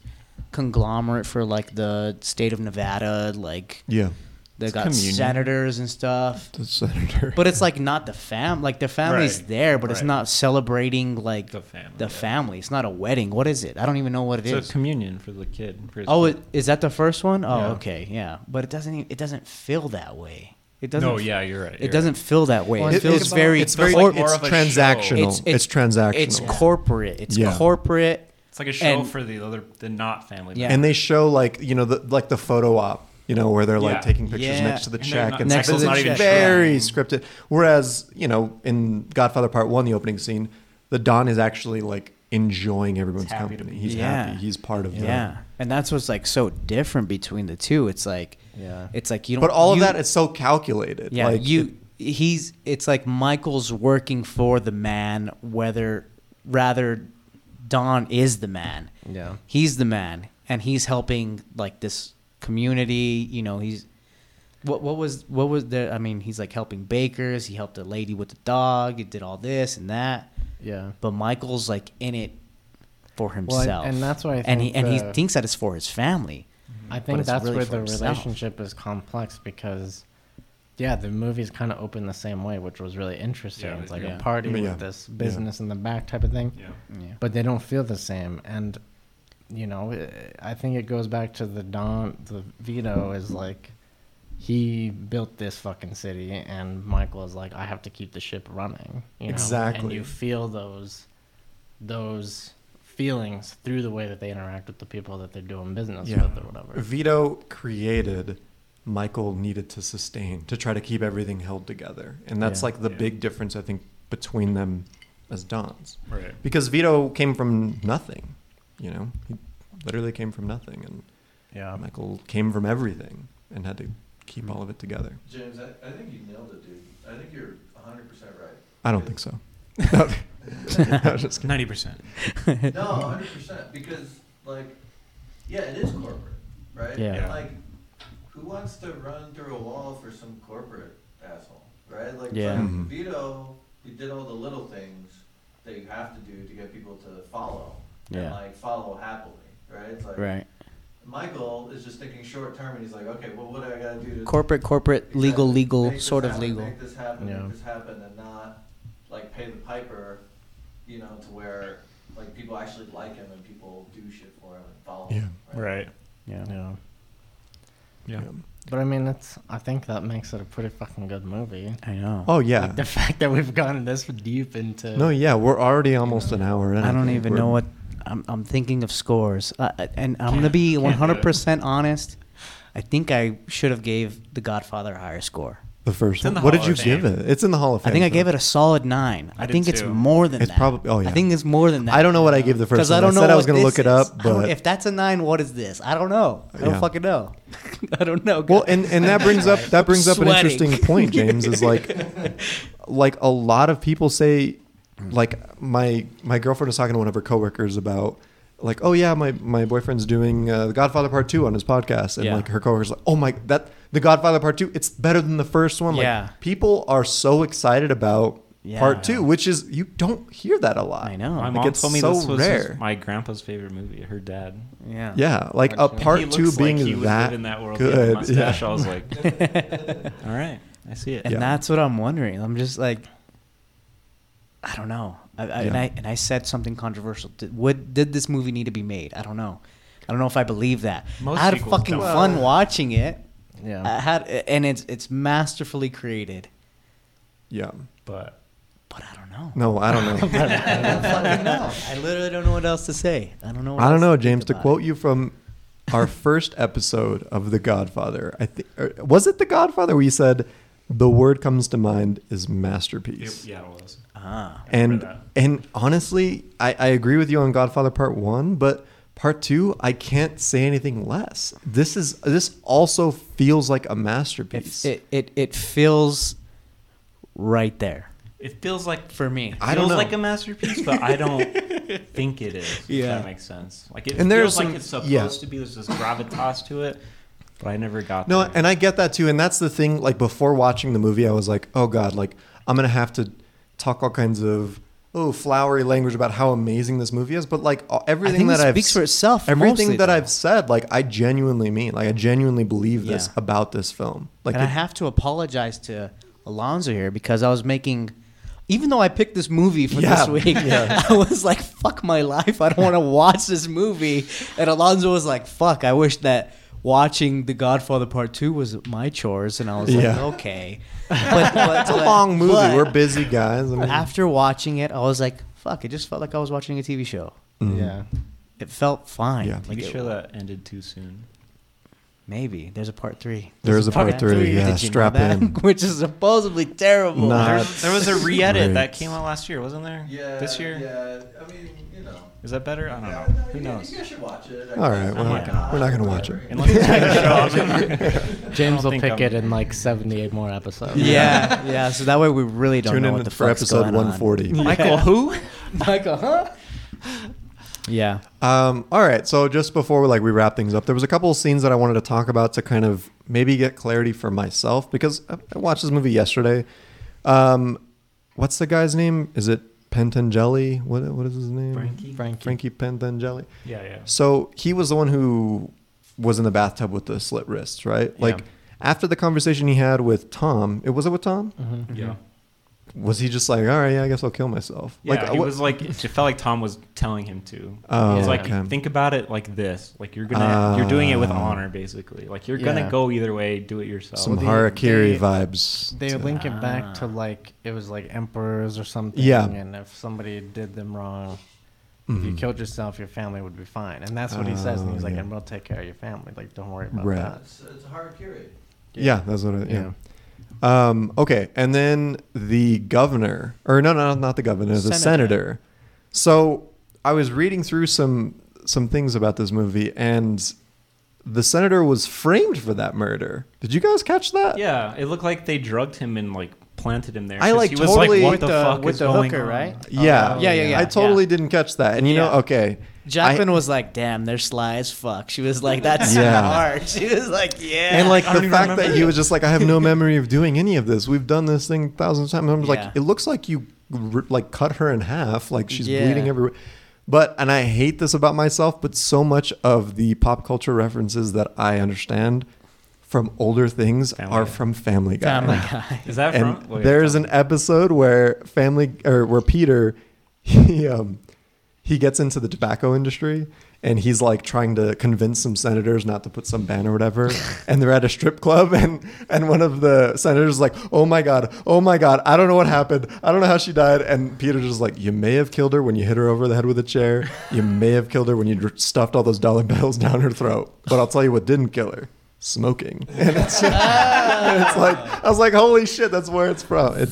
B: conglomerate for like the state of Nevada, like
A: Yeah,
B: they
D: It's
B: got
D: communion.
B: senators and stuff.
A: the senator.
B: But it's like not the fam like the family's
D: Right.
B: there, but it's
D: Right.
B: not celebrating like
D: The family,
B: The
D: yeah.
B: family. It's not a wedding. What is it? I don't even know what it is.
D: It's a communion for the kid. For his
B: Oh,
D: kid.
B: it, is that the first one? Oh,
D: Yeah.
B: okay, yeah. But it doesn't. Even, it doesn't feel that way. It doesn't.
D: no, yeah, you're right.
B: It doesn't feel that way.
C: Well,
B: it,
C: it-
B: feels
C: it's about-
B: very.
A: It's very.
D: more-
A: it's
D: more of a show.
A: transactional. It's, transactional.
B: It's corporate. It's
A: Yeah.
B: corporate.
D: It's like a show
B: and-
D: for the other, the not family.
B: Yeah.
D: members.
A: and they show like you know the like the photo op. You know where they're like
D: Yeah.
A: taking pictures
B: Yeah.
A: next to the
D: And they're
A: check
D: not-
A: and
B: Next
A: stuff.
B: to the
A: It's
B: check.
A: very scripted. Whereas you know in Godfather Part One, the opening scene, the Don is actually like enjoying everyone's
D: happy to
A: company.
D: be
A: He's
B: there. Yeah.
A: happy. He's part of
B: Yeah.
A: the-
B: and that's what's like so different between the two. It's like,
C: Yeah.
B: it's like you don't.
A: But all of
B: you-
A: that is so calculated.
B: Yeah,
A: like, it-
B: you. he's. It's like Michael's working for the man, whether rather Don is the man.
C: Yeah.
B: he's the man, and he's helping like this community. You know, he's. What, what was what was the I mean he's like helping bakers he helped a lady with the dog he did all this and that
C: Yeah.
B: but Michael's like in it for
C: Well,
B: himself
C: and- and that's why I
B: and he
C: think
B: and he
C: the-
B: thinks that it's for his family
C: I
B: But
C: think
B: it's
C: that's
B: really
C: where
B: for
C: the
B: himself.
C: relationship is complex because, yeah, the movies kind of open the same way, which was really interesting.
D: Yeah,
C: it's like
B: yeah.
C: a party
A: Yeah.
C: with this business in the back type of thing,
D: Yeah.
B: yeah
C: but they don't feel the same. And, you know, eh, i- I think it goes back to the Don, the Vito is like, he built this fucking city, and Michael is like, I have to keep the ship running. You know? And
A: Exactly.
C: you feel those, those feelings through the way that they interact with the people that they're doing business
A: Yeah.
C: with or whatever.
A: Vito created Michael needed to sustain to try to keep everything held together. And that's
C: Yeah.
A: like the
D: Yeah.
A: big difference I think between them as Dons.
D: Right.
A: Because Vito came from nothing, you know. He literally came from nothing and
C: Yeah.
A: Michael came from everything and had to keep all of it together.
E: James, I, I think you nailed it, dude. I think you're 100 percent right.
A: I don't think so. No, I'm just kidding.
D: Ninety percent.
E: No, 100 percent because like, yeah, it is corporate, right?
B: Yeah.
E: And, like, who wants to run through a wall for some corporate asshole, right? Like,
B: Yeah.
E: fucking
A: Mhm.
E: Vito, he did all the little things that you have to do to get people to follow and
B: Yeah.
E: like follow happily, right? It's like
B: right
E: Michael is just thinking short term, and he's like, okay, well, what do I gotta do to
B: corporate corporate legal
E: Exactly.
B: legal
E: Make this
B: sort of
E: happen,
B: legal
E: Make this happen,
C: Yeah.
E: make this happen, and not like pay the piper, you know, to where like people actually like him and people do shit for him and follow him.
D: Right.
C: Yeah.
D: Yeah.
C: But I mean, it's. I think that makes it a pretty fucking good movie.
B: I know
A: Oh yeah.
C: Like the fact that we've gotten this deep into.
A: No, yeah, we're already almost an hour in.
B: I don't
A: think.
B: even
A: We're-
B: know what I'm, I'm thinking of scores, uh, and I'm gonna be 100 percent honest. I think I should have gave The Godfather a higher score.
A: The first one.
D: in the
A: what
D: Hall
A: did you
D: of
A: give
D: Fame.
A: it? It's in the Hall of Fame.
B: I think I
A: so-
B: gave it a solid nine. I,
D: I did
B: think it's
D: too.
B: more than
A: It's
B: that.
A: probably- oh, yeah.
B: I think it's more than that.
A: I don't know what I gave the first
B: Because
A: one.
B: I
A: I,
B: don't know.
A: said I was
B: what
A: going to look
B: this
A: it
B: is.
A: up,
B: I don't-
A: but
B: if that's a nine, what is this? I don't know. I don't
A: Yeah.
B: fucking know. I don't know.
A: well, and, and that brings up that brings up an
B: Sweating.
A: interesting point, James. Is like, like a lot of people say, like my my girlfriend was talking to one of her coworkers about, like, oh yeah, my my boyfriend's doing uh, The Godfather Part Two on his podcast, and
B: Yeah.
A: like her coworker's like, oh my that The Godfather Part Two, it's better than the first one. Like,
B: Yeah.
A: people are so excited about
B: Yeah.
A: Part Two, which is you don't hear that a lot.
B: I know.
D: My
A: Like,
D: mom
A: it's
D: told me
A: so
D: this was his-
A: rare.
D: my grandpa's favorite movie. Her dad.
B: yeah.
A: Yeah, like a
C: Gotcha.
A: part
D: he looks
A: two
D: like
A: being
D: he would
A: that,
D: live in that world. He had a
A: good.
D: mustache.
A: yeah.
D: I was like, all right, I see it.
B: And
A: Yeah.
B: that's what I'm wondering. I'm just like, I don't know. I, I, and,
A: Yeah.
B: I, and I said something controversial. Did, would, did this movie need to be made? I don't know. I don't know if I believe that.
D: Most
B: I had
D: sequels
B: fucking
D: don't.
B: fun watching it. I
C: Yeah.
B: had, and it's it's masterfully created.
A: yeah.
D: But
B: But I don't know.
A: No, I don't know.
B: I don't fucking know. I literally don't know what else to say. I don't know. What
A: I don't
B: else
A: know,
B: think
A: James. To
B: about
A: quote
B: it.
A: you from our first episode of The Godfather, I think was it The Godfather where you said the word comes to mind is masterpiece.
D: it, yeah, it was.
B: ah,
A: and
D: that.
A: and honestly, I, I agree with you on Godfather Part One, but Part Two, I can't say anything less. This is this also feels like a
B: it,
A: masterpiece.
B: it it it feels right there
D: It feels like
B: for me.
A: I don't
D: feels
A: know.
D: like a masterpiece, but I don't think it is. If
B: Yeah.
D: that makes sense. Like it
A: And there's
D: feels
A: some-
D: like it's supposed
A: yeah.
D: to be. There's this gravitas to it, but I never got
A: No,
D: there.
A: and I get that too. And that's the thing. Like before watching the movie, I was like, oh god, like I'm gonna have to talk all kinds of oh flowery language about how amazing this movie is. But like all- everything
B: think
A: that
B: it
A: I've
B: speaks for itself
A: Everything
B: mostly,
A: that
B: though.
A: I've said, like I genuinely mean, like I genuinely believe this
B: Yeah.
A: about this film. Like
B: and I
A: it-
B: have to apologize to Alonzo here because I was making, even though I picked this movie for
A: Yeah,
B: this week, I was like, "Fuck my life! I don't want to watch this movie." And Alonzo was like, "Fuck! I wish that watching The Godfather Part Two was my chores." And I was like,
A: Yeah.
B: "Okay," but, but
A: it's a long movie.
B: but
A: We're busy guys. I mean,
B: after watching it, I was like, "Fuck!" It just felt like I was watching a TV show.
A: mm.
C: Yeah.
B: It felt fine.
A: Yeah.
D: Like
B: Like it-
D: sure that ended too soon.
B: maybe there's a part three.
A: there is a part three. Yeah,
B: Did you know
A: strap
B: that?
A: in.
B: which is supposedly terrible.
A: Nah,
D: There,
A: That's
D: there was a re-edit
A: great.
D: that came out last year, wasn't there?
E: Yeah.
D: This year?
E: Yeah. I mean, you know.
D: Is that better? I don't
E: Yeah,
D: know.
E: no,
D: Who
E: you-
D: knows?
E: You guys should watch it.
A: All right, well,
D: not gonna-
A: we're not gonna watch it.
D: Unless it's like a show, I'm not-
C: James will
D: think
C: pick
D: I'm-
C: it in like 78 more episodes.
B: Yeah, yeah. So that way we really don't
A: Tune
B: know
A: in
B: what the
A: for
B: fuck's
A: episode
B: going
A: 140.
D: Michael, who?
B: on. Michael, huh? Yeah.
A: Um, all right. So just before like we wrap things up, there was a couple of scenes that I wanted to talk about to kind of maybe get clarity for myself because I I watched this movie yesterday. Um, what's the guy's name? Is it Pentangeli? What what is his name?
C: Frankie.
A: Frankie Pentangeli.
D: Yeah, yeah.
A: So he was the one who was in the bathtub with the slit wrists, right? Like after the conversation he had with Tom, it was it with Tom?
D: Yeah.
A: Was he just like, all right, yeah, I guess I'll kill myself?
D: Yeah,
A: like, uh,
D: it
A: what-
D: was like it felt like Tom was telling him to.
A: Oh,
D: He's like,
A: okay.
D: think about it like this. Like you're gonna, you're doing it with
A: Ah.
D: honor, basically. Like you're gonna
C: Yeah.
D: go either way. Do it yourself.
A: some
C: they-
A: harakiri
C: they-
A: vibes.
C: They
A: to-
C: link it back to
B: Ah.
C: like it was like emperors or something.
A: Yeah.
C: And if somebody did them wrong, if you
A: Mhm.
C: killed yourself, your family would be fine. And that's what he says. And
A: Oh,
C: he's like,
A: yeah.
C: and we'll take care of your family. Like, don't worry about
A: Right.
C: that.
E: It's, it's a harakiri.
A: Yeah, that's what it. Yeah. Um, okay, and then the governor, or no, no, not the governor, the senator.
B: Senator.
A: So I was reading through some some things about this movie, and the senator was framed for that murder. Did you guys catch that?
D: Yeah, it looked like they drugged him and like planted him there.
A: I,
D: 'cause
A: like,
D: he was
A: totally-
D: like, what
A: With
D: the,
B: the-
D: fuck
B: with
D: is
B: the
D: going
B: hooker,
D: on?
B: right?
A: Yeah.
C: Oh, Yeah, yeah, yeah.
A: I totally didn't catch that. And you know,
B: Yeah.
A: okay.
B: Jacqueline was like, "Damn, they're sly as fuck." She was like, "That's
A: Yeah.
B: hard." She was like, "Yeah."
A: And like
D: I
A: the
D: don't even
A: fact that
D: remember
A: he
D: that.
A: was just like, I have no memory of doing any of this. We've done this thing thousands of times. I'm just
B: Yeah.
A: like, it looks like you r- like cut her in half, like she's
B: Yeah.
A: bleeding everywhere. But and I hate this about myself, but so much of the pop culture references that I understand from older things
D: Family
A: are
D: Guy.
A: from Family Guy.
B: Family Guy.
D: Is that
A: And
D: from? Wait,
A: there's
D: Tom.
A: an episode where Family or where Peter he um he gets into the tobacco industry and he's like trying to convince some senators not to put some ban or whatever. and they're at a strip club, and and one of the senators is like, "Oh my god, oh my god, I don't know what happened. I don't know how she died." And Peter's just like, "You may have killed her when you hit her over the head with a chair. You may have killed her when you dr- stuffed all those dollar bills down her throat. But I'll tell you what didn't kill her." Smoking, and it's, and it's like I was like, "Holy shit, that's where it's from." It's,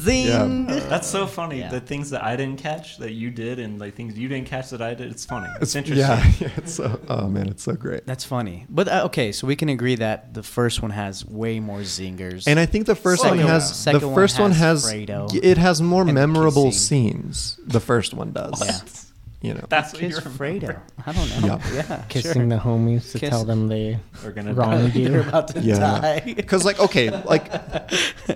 B: Zing.
D: That's so funny.
B: Yeah.
D: The things that I didn't catch that you did, and like things you didn't catch that I did. It's funny. It's, interesting.
A: Yeah, yeah, it's so. Oh man, it's so great.
B: That's funny. But uh, okay, so we can agree that the first one has way more zingers.
A: And I think the first
B: Second
A: one
B: one-
A: has the
B: second one
A: first one
B: has
A: has,
B: Fredo
A: it has more
B: and
A: memorable
B: kissing.
A: scenes. The first one does. You know.
D: That's what
B: kids
D: you're
B: Fredo. I don't know.
A: Yeah.
B: Yeah,
C: Kissing
B: sure.
C: the homies to
B: Kiss-
C: tell them they
D: We're gonna
C: wronged
D: die.
B: They're
C: you.
B: about to
A: Yeah.
B: die.
A: Because like okay, like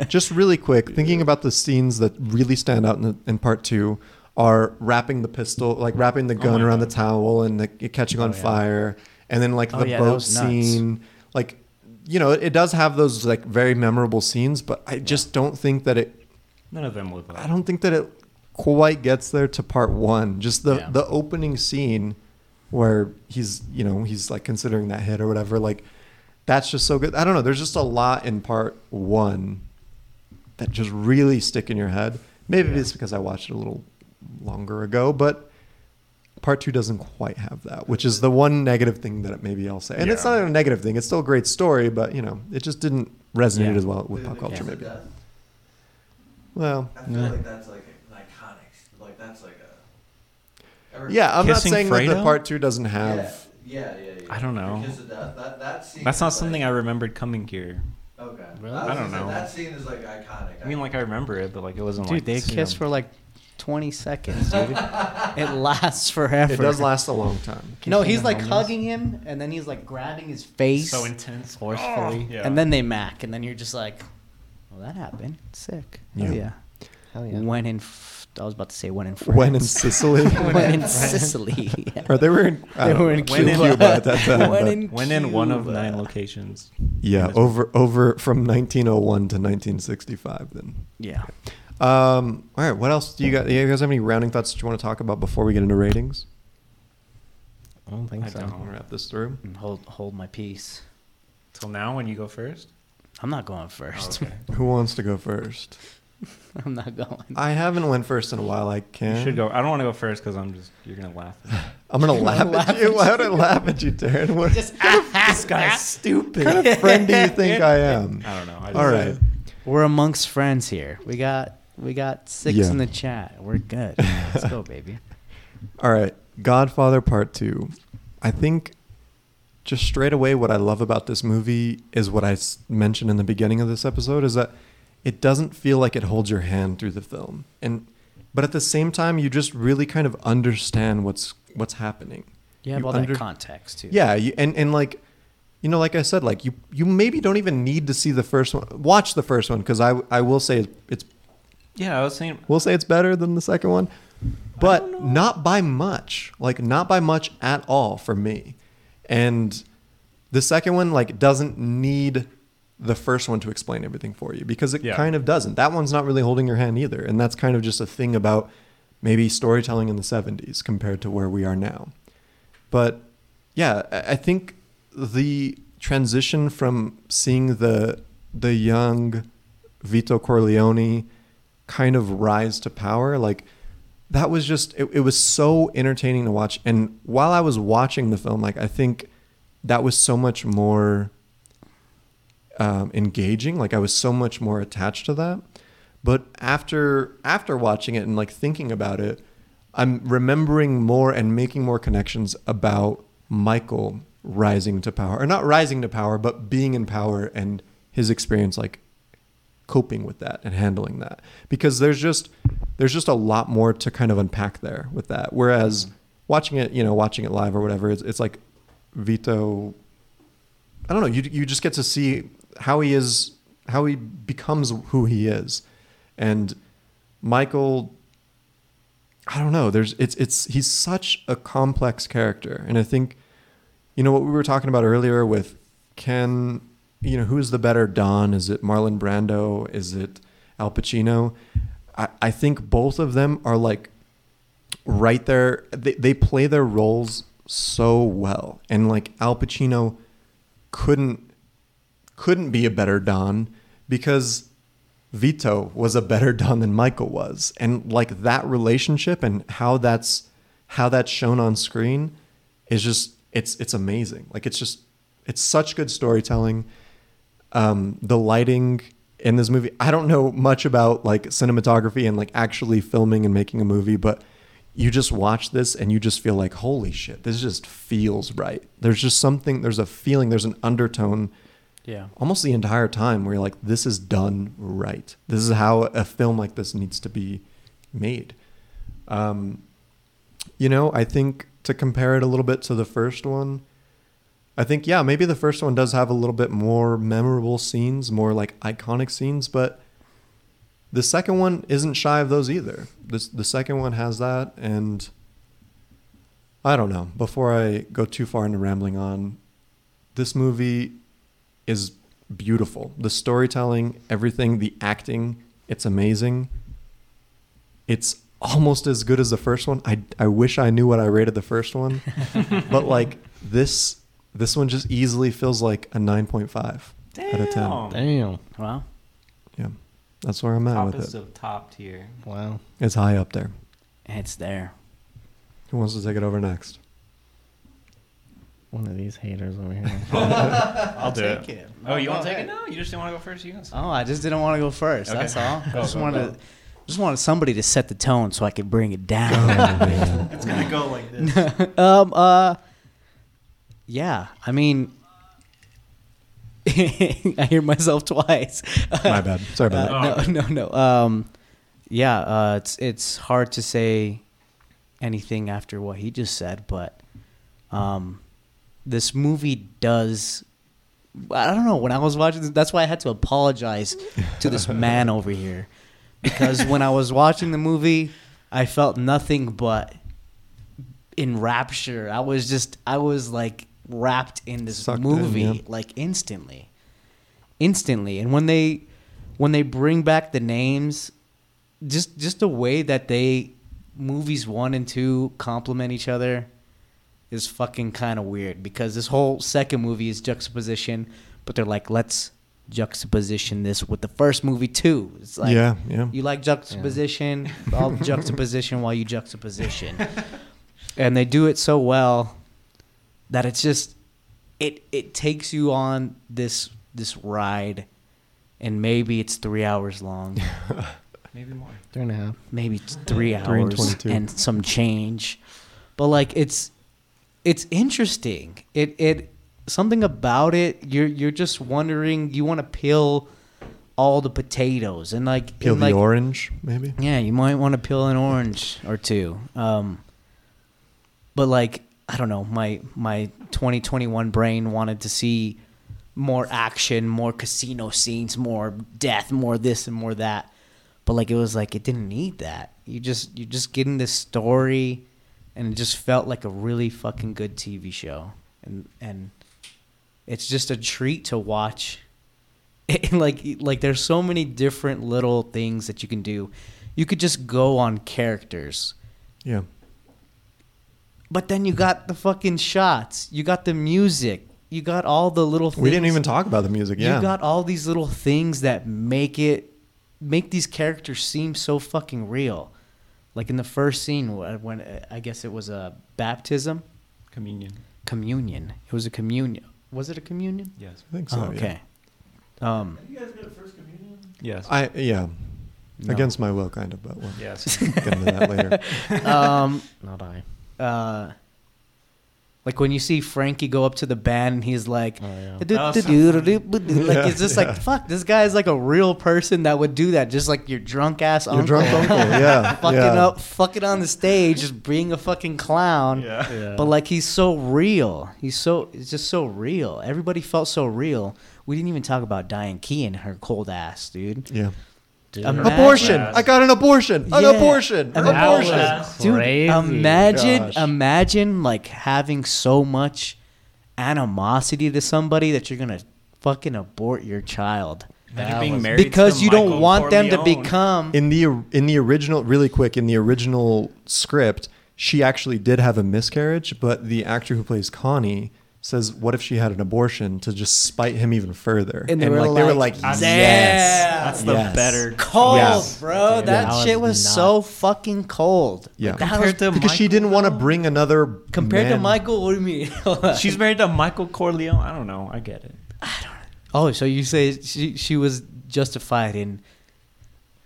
A: just really quick, thinking about the scenes that really stand out in, the, in part two are wrapping the pistol, like wrapping the
B: Oh
A: gun
D: my
A: around
D: God.
A: the towel and the, it catching on fire, and then like
B: Oh,
A: the
B: yeah, that
A: boat
B: was nuts.
A: scene, like you know, it, it does have those like very memorable scenes, but I just don't think that it
D: None of them live up.
A: I don't think that it quite gets there to part one. Just the
D: Yeah.
A: the opening scene where he's you know he's like considering that hit or whatever. Like that's just so good. I don't know. There's just a lot in part one that just really stick in your head. Maybe it's because I watched it a little longer ago, but part two doesn't quite have that, which is the one negative thing that maybe I'll say. And it's
D: Yeah.
A: not a negative thing. It's still a great story, but you know, it just didn't resonate
D: Yeah.
A: as well with
E: The-
A: pop
E: the
A: culture.
E: kiss of
A: Maybe.
E: death,
A: Well,
E: I feel
C: Yeah.
E: like that's like an iconic, like that's like a. ever-
A: Yeah, I'm
D: Kissing
A: not saying that
D: Fredo?
A: the part two doesn't have.
E: Yeah, yeah, yeah. yeah.
D: I don't know.
E: The Kiss of death. That that scene.
D: That's not
E: is,
D: something I
E: like,
D: remembered coming here.
E: Okay.
C: Really?
E: was
D: I
E: gonna
D: don't
E: say,
D: know.
E: That scene is like iconic.
D: I mean, like I remember it, but like it wasn't
B: Dude,
D: like
B: they
D: you
B: kiss
D: know-
B: for like 20 seconds, dude. it lasts forever.
A: It does last a long time.
B: No,
C: Kissing
B: he's
C: the
B: like
C: homies.
B: hugging him, and then he's like grabbing his face
D: so intense,
B: forcefully,
D: Oh, yeah.
B: and then they mac, and then you're just like, "Well, that happened. Sick. Yeah.
A: Yeah.
B: yeah.
C: Hell yeah.
B: When in, f- I was about to say when in France.
A: When in Sicily,
B: when in Sicily. Yeah.
A: or they were in, I
B: They
A: don't
B: were
A: know,
B: in
D: When in-
A: Cuba. at that time.
B: When
A: but-
B: in-
D: when in one of
B: Cuba.
D: nine locations.
A: yeah, over over from 1901 to 1965. Then,
B: Yeah.
A: um, all right. What else do you guys? You guys have any rounding thoughts that you want to talk about before we get into ratings?
C: I don't think
D: I
C: so.
A: I'll
D: don't.
A: wrap this through.
B: And Mm, Hold hold my peace.
D: Till now, when you go first.
B: I'm not going
E: Oh,
B: first.
D: Oh, okay.
A: Who wants to go first?
B: I'm not going.
A: I haven't went first in a while. I can.
D: You should go. I don't want to go first because I'm just you're gonna laugh. at me.
A: I'm gonna laugh,
B: laugh
A: at you. Why would I laugh at you, Darren? What
B: Just this
D: guy's
B: stupid.
A: kind of friend do you think I am?
D: I don't know. I just,
A: All right.
B: We're amongst friends here. We got we got six
A: Yeah.
B: in the chat. We're good. Let's go, baby.
A: All right, Godfather Part 2. I think just straight away what I love about this movie is what I s- mentioned in the beginning of this episode is that it doesn't feel like it holds your hand through the film. And but at the same time you just really kind of understand what's what's happening.
B: You have
A: You
B: all
A: under-
B: that context too.
A: Yeah, you, and and like you know like I said like you you maybe don't even need to see the first one. Watch the first one cuz I I will say it's
D: Yeah, I was saying.
A: We'll say it's better than the second one, but not by much. Like not by much at all for me. And the second one like doesn't need the first one to explain everything for you because it
D: Yeah.
A: kind of doesn't. That one's not really holding your hand either, and that's kind of just a thing about maybe storytelling in the 70s compared to where we are now. But yeah, I I think the transition from seeing the the young Vito Corleone kind of rise to power, like that was just it, it was so entertaining to watch. And while I was watching the film, like I think that was so much more um, engaging. Like I was so much more attached to that. But after after watching it and like thinking about it, I'm remembering more and making more connections about Michael rising to power, or not rising to power, but being in power and his experience like coping with that and handling that because there's just there's just a lot more to kind of unpack there with that whereas watching it you know watching it live or whatever it's, it's like vito i don't know you, you just get to see how he is how he becomes who he is and michael i don't know there's it's it's he's such a complex character and i think you know what we were talking about earlier with can you know who's the better don is it marlon brando is it al pacino i, I think both of them are like right there they, they play their roles so well, and like Al Pacino couldn't couldn't be a better Don because Vito was a better Don than Michael was, and like that relationship and how that's how that's shown on screen is just it's it's amazing. Like it's just it's such good storytelling. Um, the lighting in this movie, I don't know much about like cinematography and like actually filming and making a movie, but you just watch this and you just feel like holy shit, this just feels right. There's just something. There's a feeling. There's an undertone
B: Yeah.
A: almost the entire time where you're like, this is done right. This is how a film like this needs to be made. Um, you know, I think to compare it a little bit to the first one, I think, yeah, maybe the first one does have a little bit more memorable scenes, more like iconic scenes, but the second one isn't shy of those either. This, the second one has that, and I don't know. Before I go too far into rambling on, this movie is beautiful. The storytelling, everything, the acting, it's amazing. It's almost as good as the first one. I I wish I knew what I rated the first one, but like this this one just easily feels like a 9.5 out of 10.
C: Damn.
B: Wow.
A: Yeah. That's where I'm at with it.
D: Toppest of top tier.
C: Wow.
A: It's high up there.
B: It's there.
A: Who wants to take it over next?
C: One of these haters over here.
D: I'll do it. Oh, you want to take it? No, you just didn't want to go first. You can.
B: Oh, I just didn't want to go first.
D: Okay.
B: That's all. I
D: Go,
B: just
D: go,
B: wanted,
D: go.
B: just wanted somebody to set the tone so I could bring it down.
D: It's gonna go like this.
B: um. Uh. Yeah. I mean, I hear myself twice.
A: My bad. Sorry about that.
D: Uh,
B: Uh, no, no, no. Um, yeah, uh, it's it's hard to say anything after what he just said, but um, this movie does. I don't know. When I was watching this, that's why I had to apologize to this man over here because when I was watching the movie, I felt nothing but in rapture. I was just, I was like wrapped in this
A: Sucked in,
B: movie,
A: yeah.
B: like instantly, instantly. And when they, when they bring back the names, just, just the way that they, movies one and two complement each other, is fucking kind of weird because this whole second movie is juxtaposition, but they're like, let's juxtaposition this with the first movie too. It's like,
A: yeah, yeah.
B: you like juxtaposition. I'll juxtaposition while you juxtaposition. and they do it so well that it's just it it takes you on this this ride and maybe it's three hours long.
D: Maybe more.
C: Three and a half.
B: Maybe it's
A: Three
B: three
A: and
B: hours
A: 22.
B: and, some change. But like it's it's interesting. It it something about it, you're you're just wondering you wanna peel all the potatoes and like
A: Peel
B: and
A: the
B: like,
A: orange, maybe.
B: yeah, you might want to peel an orange or two. Um, but like I don't know, my my 2021 brain wanted to see more action, more casino scenes, more death, more this and more that. But like it was like it didn't need that. You just you just getting this story, and it just felt like a really fucking good TV show, and and it's just a treat to watch like like there's so many different little things that you can do. You could just go on characters.
A: Yeah.
B: But then you got the fucking shots. You got the music. You got all the little things.
A: We didn't even talk about the music. Yeah.
B: You got all these little things that make it make these characters seem so fucking real. Like in the first scene wh- when uh, I guess it was a baptism,
D: Communion.
B: communion. It was a communion. Was it a communion?
D: Yes.
A: I think so.
B: oh,
A: yeah.
B: okay. Um
E: Have you guys been to First Communion?
D: Yes.
A: I yeah.
B: no.
A: Against my will kind of, but we'll
D: yes.
A: get into that later.
B: um
C: Not I.
B: uh, like when you see Frankie go up to the band and he's like,
C: Oh, yeah.
B: "Do-
D: Oh,
B: do-
D: so
B: do- do- do- do- do." like
A: Yeah,
B: it's just
A: yeah.
B: like fuck, this guy is like a real person that would do that, just like your drunk ass
A: Your
B: uncle,
A: drunk uncle, yeah.
B: fucking
A: yeah.
B: up, fucking on the stage, just being a fucking clown.
D: yeah.
B: But like he's so real, he's so it's just so real. Everybody felt so real. We didn't even talk about Diane Key and her cold ass, dude.
A: Yeah.
B: Imagine-
A: Abortion.
D: Yes.
A: I got an abortion. An
B: Yeah.
A: abortion. An
B: Imagine-
A: abortion.
D: That
B: Dude,
C: Crazy.
B: imagine,
A: Gosh.
B: imagine like having so much animosity to somebody that you're gonna fucking abort your child
D: Imagine being
C: was-
D: married
B: because
D: to
B: you don't
D: Michael
B: want them to
D: Corleone.
B: become.
A: In the in the original, really quick, in the original script, she actually did have a miscarriage, but the actor who plays Connie says, "What if she had an abortion?" to just spite him even further.
B: And they were
A: they were
B: like,
A: like,
B: "Damn."
A: "Yes,
D: That's the
A: Yes.
D: better.
B: Cold,
A: Yeah.
B: bro.
C: Dude,
B: that
C: that
B: shit was
C: was not-
B: so fucking cold.
A: Yeah.
B: Like, that
D: Compared
B: was-
D: to
A: because she
D: Michael,
A: didn't want to
D: though?
A: bring another
B: compared to
A: man.
B: Michael, what do you mean?
D: She's married to Michael Corleone. I don't know. I get it.
B: oh, so you say she she was justified in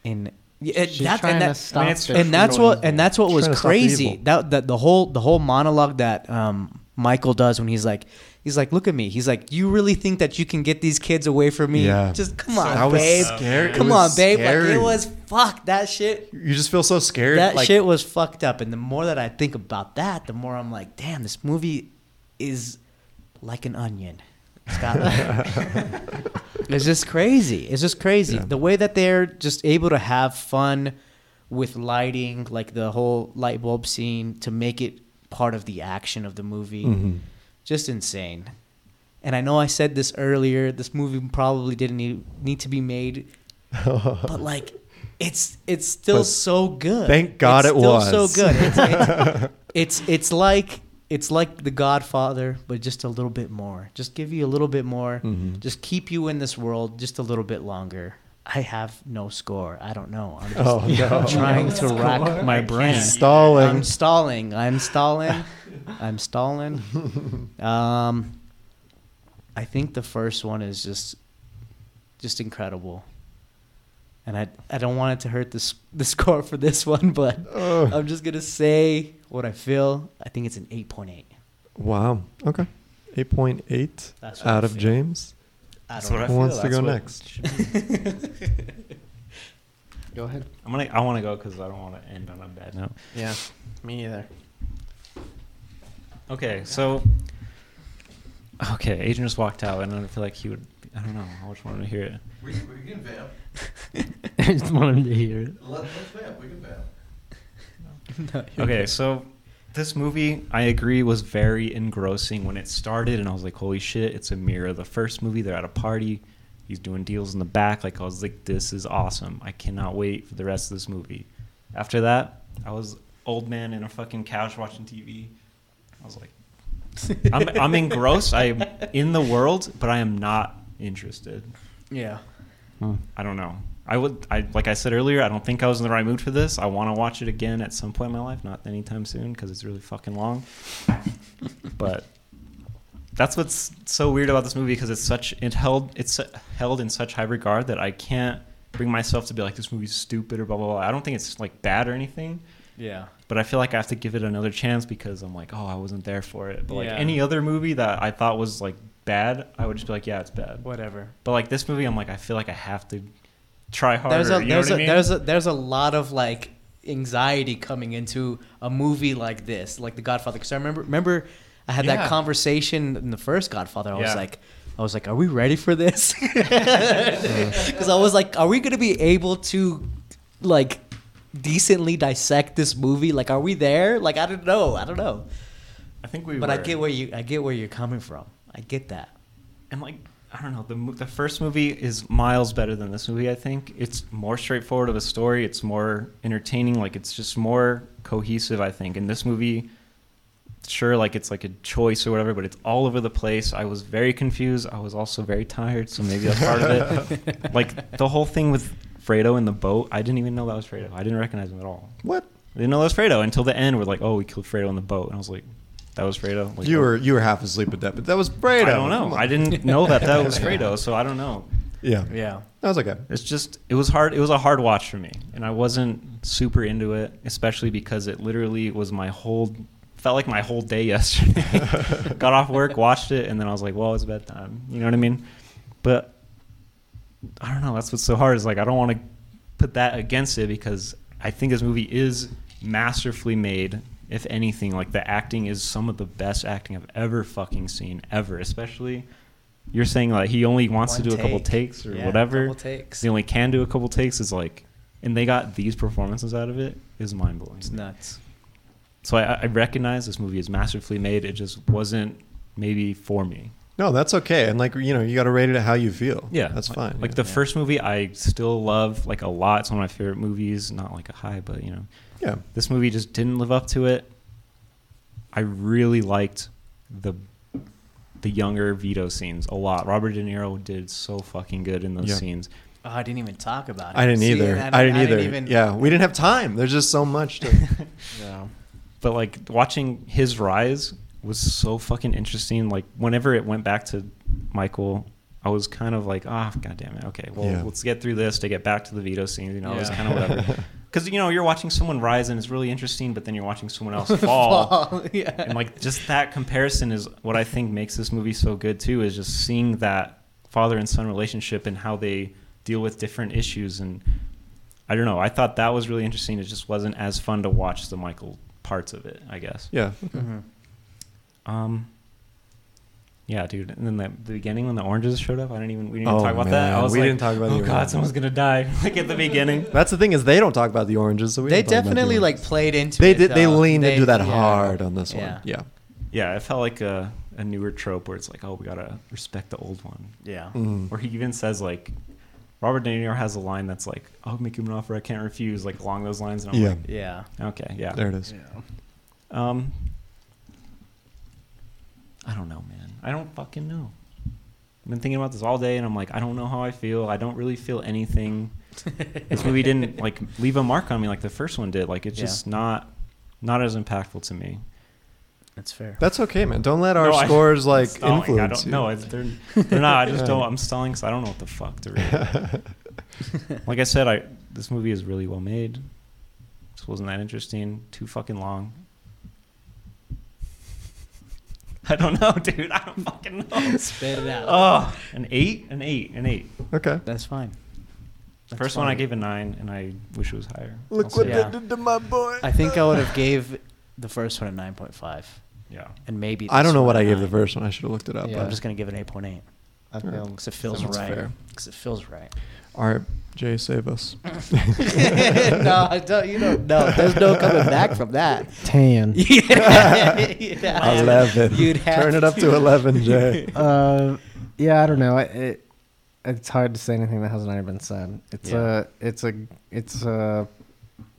B: in yeah, and
C: She's
B: that-
C: trying
B: and
C: to
B: that-
C: stop
D: I mean, it's
C: the
D: true.
B: and that's
C: evil.
B: what and that's what was
A: Trying to stop the
B: crazy.
A: evil.
B: That that the whole the whole monologue that um, Michael does when he's like he's like, look at me. He's like, you really think that you can get these kids away from me?
A: Yeah.
B: Just come
A: So
B: on,
A: that was
B: babe.
A: scary. It
B: Come
A: was
B: on, babe. Like
A: scary.
B: it was fuck that shit.
A: You just feel so scared.
B: That
A: like,
B: shit was fucked up. And the more that I think about that, the more I'm like, damn, this movie is like an onion. It's got It's just crazy. It's just crazy.
A: Yeah.
B: The way that they're just able to have fun with lighting, like the whole light bulb scene, to make it part of the action of the movie,
A: Mhm.
B: just insane. And I know I said this earlier. This movie probably didn't need, need to be made, but like, it's it's still
A: But
B: so good.
A: thank God
B: It's
A: it
B: still
A: was.
B: so good. It's, it's, it's it's like it's like The Godfather, but just a little bit more. Just give you a little bit more
A: Mhm.
B: just keep you in this world just a little bit longer. I have no score. I don't know. I'm just
A: Oh no!
B: trying to
C: score.
B: rack my brain.
A: Stalling.
B: I'm stalling. I'm stalling. I'm stalling. Um, I think the first one is just, just incredible. And I, I don't want it to hurt this the score for this one, but
A: Ugh.
B: I'm just gonna say what I feel. I think it's an 8.8.
A: Wow. Okay. Eight point eight
B: That's what I
A: out of
B: feel.
A: James.
B: I
D: That's
B: don't
D: what
B: know.
A: Who
D: I feel.
A: wants to
D: That's
A: go
D: what
A: next?
D: it should be.
C: Go ahead.
D: I'm gonna. I want to go because I don't want to end on a bad note.
C: Yeah, me either.
D: Okay, so. Okay, Adrian just walked out, and I feel like he would. I don't know. I just wanted to hear it.
E: We, we can vamp.
C: I just wanted to hear it.
E: Let, let's vamp. We can vamp.
B: No, you're
D: Okay, so this movie, I agree, was very engrossing when it started, and I was like, "Holy shit, it's a mirror." The first movie, they're at a party, he's doing deals in the back. Like I was like, "This is awesome! I cannot wait for the rest of this movie." After that, I was old man in a fucking couch watching TV. I was like, "I'm, I'm engrossed. I'm in the world, but I am not interested."
B: good. Yeah.
D: I don't know. I would, I like I said earlier, I don't think I was in the right mood for this. I want to watch it again at some point in my life, not anytime soon because it's really fucking long. but that's what's so weird about this movie because it's such it held it's su- held in such high regard that I can't bring myself to be like this movie's stupid or blah blah blah. I don't think it's like bad or anything,
B: Yeah.
D: but I feel like I have to give it another chance because I'm like, oh, I wasn't there for it. But like
B: Yeah.
D: any other movie that I thought was like bad, I would just be like, yeah, it's bad.
B: Whatever.
D: But like this movie, I'm like, I feel like I have to try harder.
B: there's a
D: you know
B: there's
D: what
B: a,
D: I mean?
B: there's a there's a lot of like anxiety coming into a movie like this, like The Godfather. Because I remember remember I had that
D: Yeah.
B: conversation in the first Godfather. I was
D: Yeah.
B: like. I was like, "Are we ready for this?" Because I was like, "Are we going to be able to, like, decently dissect this movie? Like, are we there? Like, I don't know. I don't know."
D: I think we.
B: But I
D: were.
B: get where you, I get where you're coming from. I get that.
D: And like, I don't know. The mo- the first movie is miles better than this movie. I think it's more straightforward of a story. It's more entertaining. Like it's just more cohesive. I think. And this movie, sure, like it's like a choice or whatever, but it's all over the place. I was very confused. I was also very tired, so maybe that's part of it. Like the whole thing with Fredo in the boat. I didn't even know that was Fredo. I didn't recognize him at all.
A: What?
D: I didn't know that was Fredo until the end. We're like, oh, we killed Fredo in the boat, and I was like, that was Fredo. Like, oh.
A: You were you were half asleep at that, but that was Fredo.
D: I
A: Come
D: don't know.
A: on.
D: I didn't know that that was Fredo, so I don't know.
A: Yeah.
B: Yeah.
A: That was okay.
D: It's just it was hard. It was a hard watch for me, and I wasn't super into it, especially because it literally was my whole felt like my whole day yesterday. Got off work, watched it, and then I was like, well, it's bedtime. You know what I mean? But I don't know. That's what's so hard is like I don't want to put that against it because I think this movie is masterfully made. If anything, like the acting is some of the best acting I've ever fucking seen ever. Especially, you're saying like he only wants
B: One
D: to do a couple
B: take.
D: takes or
B: Yeah,
D: whatever.
B: couple takes.
D: They only can do a couple takes. Is like, and they got these performances out of it is mind blowing.
B: It's nuts.
D: So I, I recognize this movie is masterfully made. It just wasn't maybe for me.
A: No, that's okay. And like you know, you got to rate it how you feel. that's
D: like,
A: fine.
D: Like
A: yeah.
D: the first movie, I still love like a lot. It's one of my favorite movies. Not like a high, but you know,
A: yeah.
D: this movie just didn't live up to it. I really liked the the younger Vito scenes a lot. Robert De Niro did so fucking good in those
A: Yeah.
D: scenes.
B: Oh, I didn't even talk about it.
A: I didn't
B: See,
A: either.
B: and
A: I didn't either.
B: even-
A: yeah, we didn't have time. There's just so much to.
C: Yeah.
D: But like watching his rise was so fucking interesting. Like whenever it went back to Michael, I was kind of like, ah, god damn it. Okay, well,
A: Yeah.
D: let's get through this to get back to the Vito scenes. You know, it was
C: Yeah.
D: kind of whatever. Because you know you're watching someone rise and it's really interesting, but then you're watching someone else fall.
B: Fall, Yeah.
D: and like just that comparison is what I think makes this movie so good too. Is just seeing that father and son relationship and how they deal with different issues. And I don't know. I thought that was really interesting. It just wasn't as fun to watch the Michael parts of it. I guess.
A: yeah,
B: Mhm.
D: Um. Yeah, dude. And then the, the beginning when the oranges showed up, I didn't even we didn't even
A: Oh,
D: talk about that. I
A: man,
D: was
A: we
D: like,
A: didn't talk about
D: oh
A: the
D: god,
A: oranges."
D: someone's gonna die. like at the beginning.
A: that's the thing is they don't talk about the oranges, so we
B: They
A: didn't talk about the
B: definitely
A: oranges.
B: like played into
A: They
B: it,
A: did. They
B: though.
A: leaned
B: They-
A: into that
B: yeah.
A: hard on this
B: Yeah.
A: one. Yeah.
D: Yeah, it felt like a, a newer trope where it's like, oh, we gotta respect the old one.
B: Yeah.
A: Mm.
D: Or he even says like Robert De Niro has a line that's like, "I'll make him an offer I can't refuse," like along those lines. And I'm
A: Yeah.
D: like,
B: Yeah.
D: okay, yeah.
A: There it is.
D: Um, I don't know, man. I don't fucking know. I've been thinking about this all day, and I'm like, I don't know how I feel. I don't really feel anything. this movie didn't like leave a mark on me like the first one did. Like it's
B: Yeah.
D: just not not as impactful to me.
B: That's fair.
A: That's okay, man. Don't let our
D: No, I-
A: scores like
D: Stalling. I
A: influence
D: don't
A: you.
D: know. It's- They're, they're not. I just
A: Yeah.
D: don't. I'm stalling because I don't know what the fuck to read. like I said, I this movie is really well made. This wasn't that interesting. Too fucking long. I don't know, dude. I don't fucking know.
B: Spit it out.
D: Oh, an eight, an eight, an eight.
A: Okay.
B: That's fine.
D: The
B: That's
D: First one I
B: fine.
D: gave a nine, and I wish it was higher.
A: Look
D: I'll
A: what
D: say
B: Yeah.
A: they did to my boy.
B: I think I would have gave the first one a 9.5
D: yeah.
B: and maybe
A: I don't
B: this
A: know
B: one
A: what
B: a
A: I gave the
B: 9.
A: first one. I should have looked it up.
C: Yeah.
B: But I'm
A: but-
B: just going to give it an 8.8
C: I feel
B: cuz it feels
A: Sounds
B: right.
A: fair.
B: Cuz it feels right.
A: All right, Jay, save us.
B: no, I don't, you don't know. There's no coming back from that.
C: tan.
A: Eleven.
B: You'd have
A: Turn it up to eleven, Jay.
C: uh, yeah, I don't know. I- It, it's hard to say anything that hasn't already been said. It's
D: Yeah.
C: a, it's a, it's a,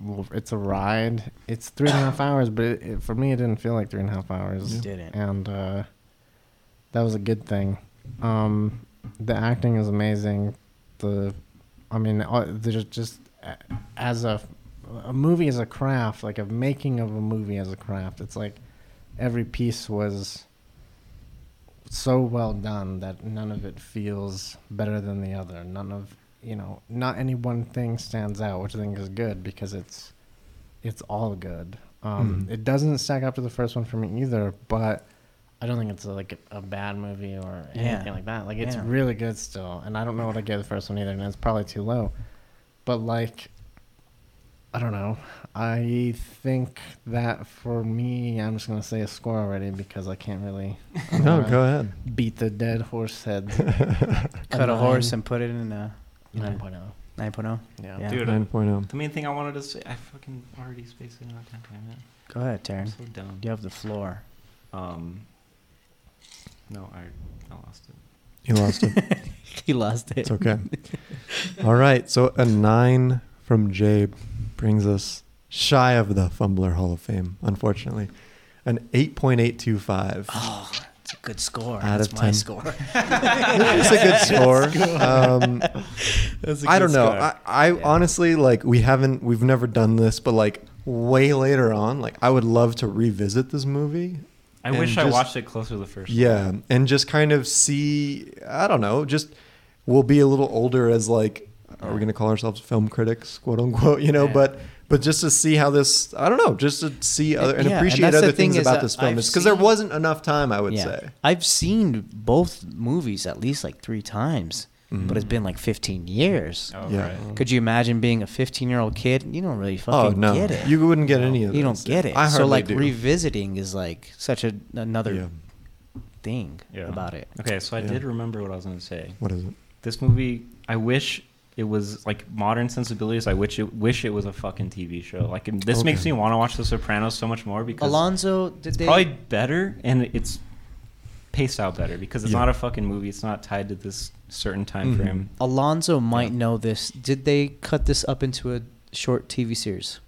C: well, it's a ride. It's three and a half hours, but it, it, for me, it didn't feel like three and a half hours.
B: Yeah. Didn't.
C: And uh, that was a good thing. Um, the acting is amazing. The, I mean, uh, there's just a- as a, a movie as a craft, like a making of a movie as a craft. It's like every piece was so well done that none of it feels better than the other. None of you know, not any one thing stands out, which I think is good because it's it's all good. Um,
A: Mhm.
C: It doesn't stack up to the first one for me either, but I don't think it's like a, bad movie or
B: Yeah.
C: anything like that. Like it's
B: Yeah.
C: really good still, and I don't know what I gave the first one either, and it's probably too low. But like, I don't know. I think that for me, I'm just gonna say a score already because I can't really uh, I don't
A: No,
C: wanna
A: go ahead.
C: beat the dead horse heads.
B: Cut a
C: nine.
B: horse and put it in a
C: Nine point oh.
B: 9.0. Yeah.
D: Dude,
A: Nine point oh.
D: the main thing I wanted to say, I fucking already spaced it out. God damn it.
B: Go ahead,
D: I'm
B: Taryn.
D: so dumb.
B: You have the floor.
D: Um, no, I, I lost it.
A: You lost it.
B: He lost it.
A: It's okay. All right, so a nine from Jay brings us shy of the Fumbler Hall of Fame, unfortunately. An eight point eight two five.
B: Oh, it's a good score.
A: Out
B: That's
A: of
B: my
A: 10.
B: score.
A: It's a good score. Um, I don't know. I, I
B: Yeah.
A: honestly like we haven't we've never done this, but like way later on, like I would love to revisit this movie.
D: I
A: And
D: wish I
A: just-
D: watched it closer to the first.
A: Yeah, and just kind of see I don't know, just we'll be a little older as like are we going to call ourselves film critics, quote unquote, you know,
B: Yeah.
A: but but just to see how this I don't know, just to see other and
B: yeah, and
A: appreciate
B: that's the
A: other
B: thing
A: things
B: is
A: about
B: that
A: this film
B: I've
A: is cuz there
B: seen-
A: wasn't enough time, I would say.
B: I've seen both movies at least like three times, but
A: Mm.
B: it's been like 15 years.
D: Oh,
A: Yeah.
D: right.
B: Could you imagine being a 15 year old kid? You don't really
A: Oh
B: fucking
A: no.
B: get it.
A: You wouldn't get any of
B: You don't
A: this.
B: get it.
A: I
B: so
A: hardly
B: like
A: do.
B: revisiting is like such a, another
A: Yeah.
B: thing about it.
D: Okay, so I
A: Yeah.
D: did remember what I was going to say.
A: What is it?
D: This movie, I wish it was like modern sensibilities. I wish it wish it was a fucking TV show. Like and this makes
A: Okay.
D: me want to watch The Sopranos so much more because
B: Alonzo, did they?
D: probably better and it's paced out better because it's
A: Yeah.
D: not a fucking movie. It's not tied to this certain time
A: Mhm.
D: frame.
B: Alonzo might
D: Yeah.
B: know this. Did they cut this up into a short TV series?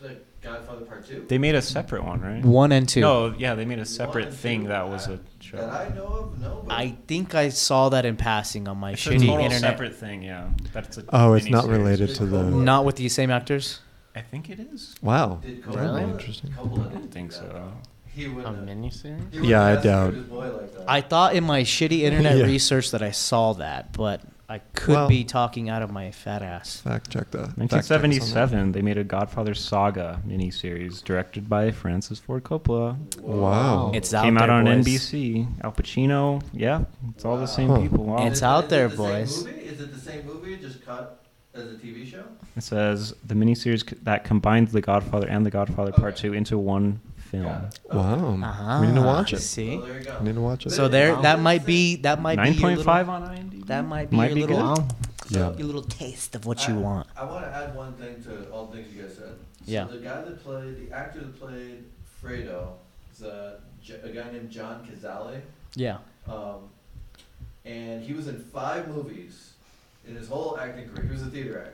E: The Godfather Part Two.
D: They made a separate one, right?
B: One and two.
D: No, yeah, they made a separate
E: One,
D: thing
E: two,
D: that was
E: I-
D: a show.
E: That I know of, no. but
B: I think I saw that in passing on my
D: It's a
B: shitty
D: total
B: internet.
D: separate thing, yeah. That's a
A: Oh, it's not
D: miniseries.
A: related to the.
B: Not with the same actors.
D: I think it is.
A: Wow.
E: Did
A: That'd
E: Coppola-
A: be
C: Really?
A: interesting.
E: Coppola
D: I don't
E: didn't
D: think
E: do
D: so.
E: that. He
C: A
E: wouldn't. have-
C: miniseries?
E: he wouldn't
A: Yeah, I
E: have screwed
A: doubt-
E: his boy like that.
B: I thought in my shitty internet
A: Yeah.
B: research that I saw that, but I could
A: Well-
B: be talking out of my fat ass.
A: Fact check that. Fact check us on that.
D: 1977, they made a Godfather Saga miniseries directed by Francis Ford Coppola.
A: Wow.
B: It's out
D: Came out
B: there,
D: on
B: boys.
D: NBC. Al Pacino, yeah, it's all the same
A: Huh.
D: people. Wow.
B: And- It's
E: Is it-
B: out
E: is it
B: there,
E: the same
B: boys.
E: movie? Is it the same movie just cut as a TV show?
D: It says the miniseries c- that combined The Godfather and The Godfather Part
E: Okay.
D: 2 into one film.
E: Got it.
A: Wow.
B: Uh-huh.
A: We need to watch it.
B: See,
E: Well, there you go.
A: We need to watch it.
B: so there, that might be that might
D: Nine
B: be your
D: point
B: little,
D: five on IMDb.
B: That might be
D: Might
B: your
D: be
B: little
C: Wow.
A: yeah.
B: your little taste of what you
E: I-
B: want.
E: I want to add one thing to all the things you guys said. So
B: Yeah.
E: The guy that played, the actor that played Fredo, is a, J- a guy named John Cazale.
B: Yeah.
E: Um, and he was in five movies in his whole acting career. He was a theater actor.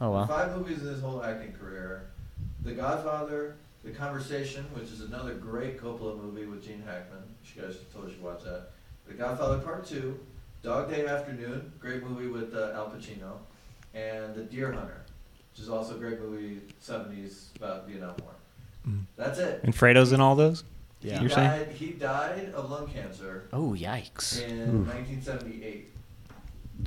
B: Oh wow.
E: Five movies in his whole acting career. The Godfather, The Conversation, which is another great Coppola movie with Gene Hackman. You guys should totally should watch that. The Godfather Part Two, Dog Day Afternoon, great movie with uh, Al Pacino, and The Deer Hunter, which is also a great movie, seventies about Vietnam War.
A: Mm.
E: That's it.
D: And Fredo's in all those?
B: Yeah.
E: He
D: You're saying?
E: died, he died of lung cancer
B: Oh yikes.
E: in 1978.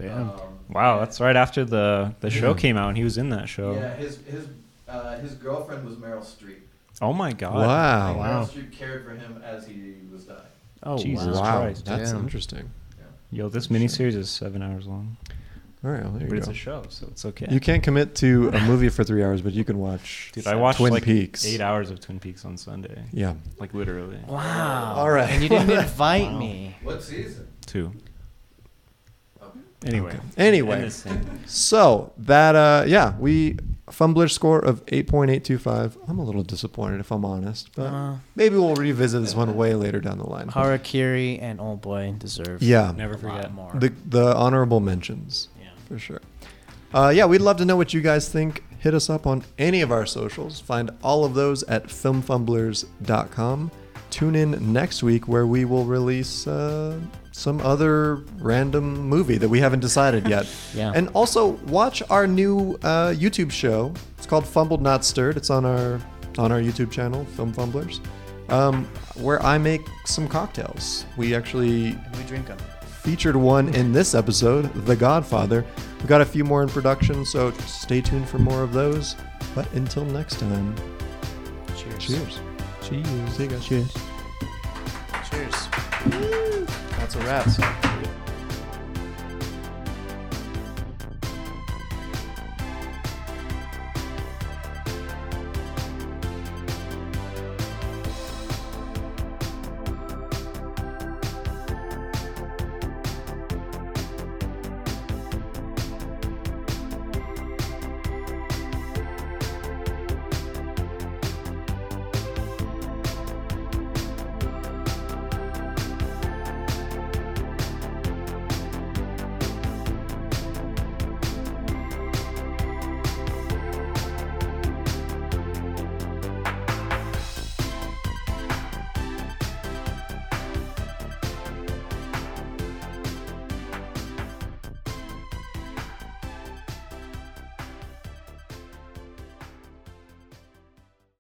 E: Um,
D: Wow,
E: and-
D: that's right after the, the show came out and he was in that show.
E: Yeah, his his uh, his girlfriend was Meryl Streep.
D: Oh my god.
A: Wow.
E: Like,
C: wow.
E: Meryl Streep cared for him as he was dying.
B: Oh
D: Jesus
B: wow.
A: Wow.
D: Christ,
A: That's
C: damn.
A: interesting.
D: Yo, this miniseries is seven hours long.
A: All right. Well, there
D: But
A: you
D: it's
A: go.
D: a show, so it's okay.
A: You can't commit to a movie for three hours, but you can watch
D: Dude, I watched
A: Twin
D: like
A: Peaks.
D: eight hours of Twin Peaks on Sunday.
A: Yeah.
D: Like literally.
B: Wow.
A: All right.
B: And you didn't invite
C: Wow.
B: me.
E: What season?
D: Two.
E: Okay.
D: Anyway.
A: Anyway.
D: End this thing.
A: So that uh yeah, we fumbler score of eight point eight two five. I'm a little disappointed if I'm honest, but
B: Uh,
A: maybe we'll revisit this one way later down the line.
B: Harakiri and Old Boy deserve
A: Yeah.
D: Never
B: a
D: forget.
B: lot more.
A: The the honorable mentions
B: yeah.
A: for sure. Uh, yeah, we'd love to know what you guys think. Hit us up on any of our socials. Find all of those at filmfumblers.com. Tune in next week where we will release uh, some other random movie that we haven't decided yet.
B: Yeah.
A: And also watch our new uh, YouTube show. It's called Fumbled Not Stirred. It's on our on our YouTube channel, Film Fumblers, um, where I make some cocktails. We actually
B: And we drink them.
A: featured one in this episode, The Godfather. We've got a few more in production, so stay tuned for more of those. But until next time,
B: Cheers.
A: cheers. Cheers. See you guys. Cheers.
B: Cheers.
A: That's a wrap.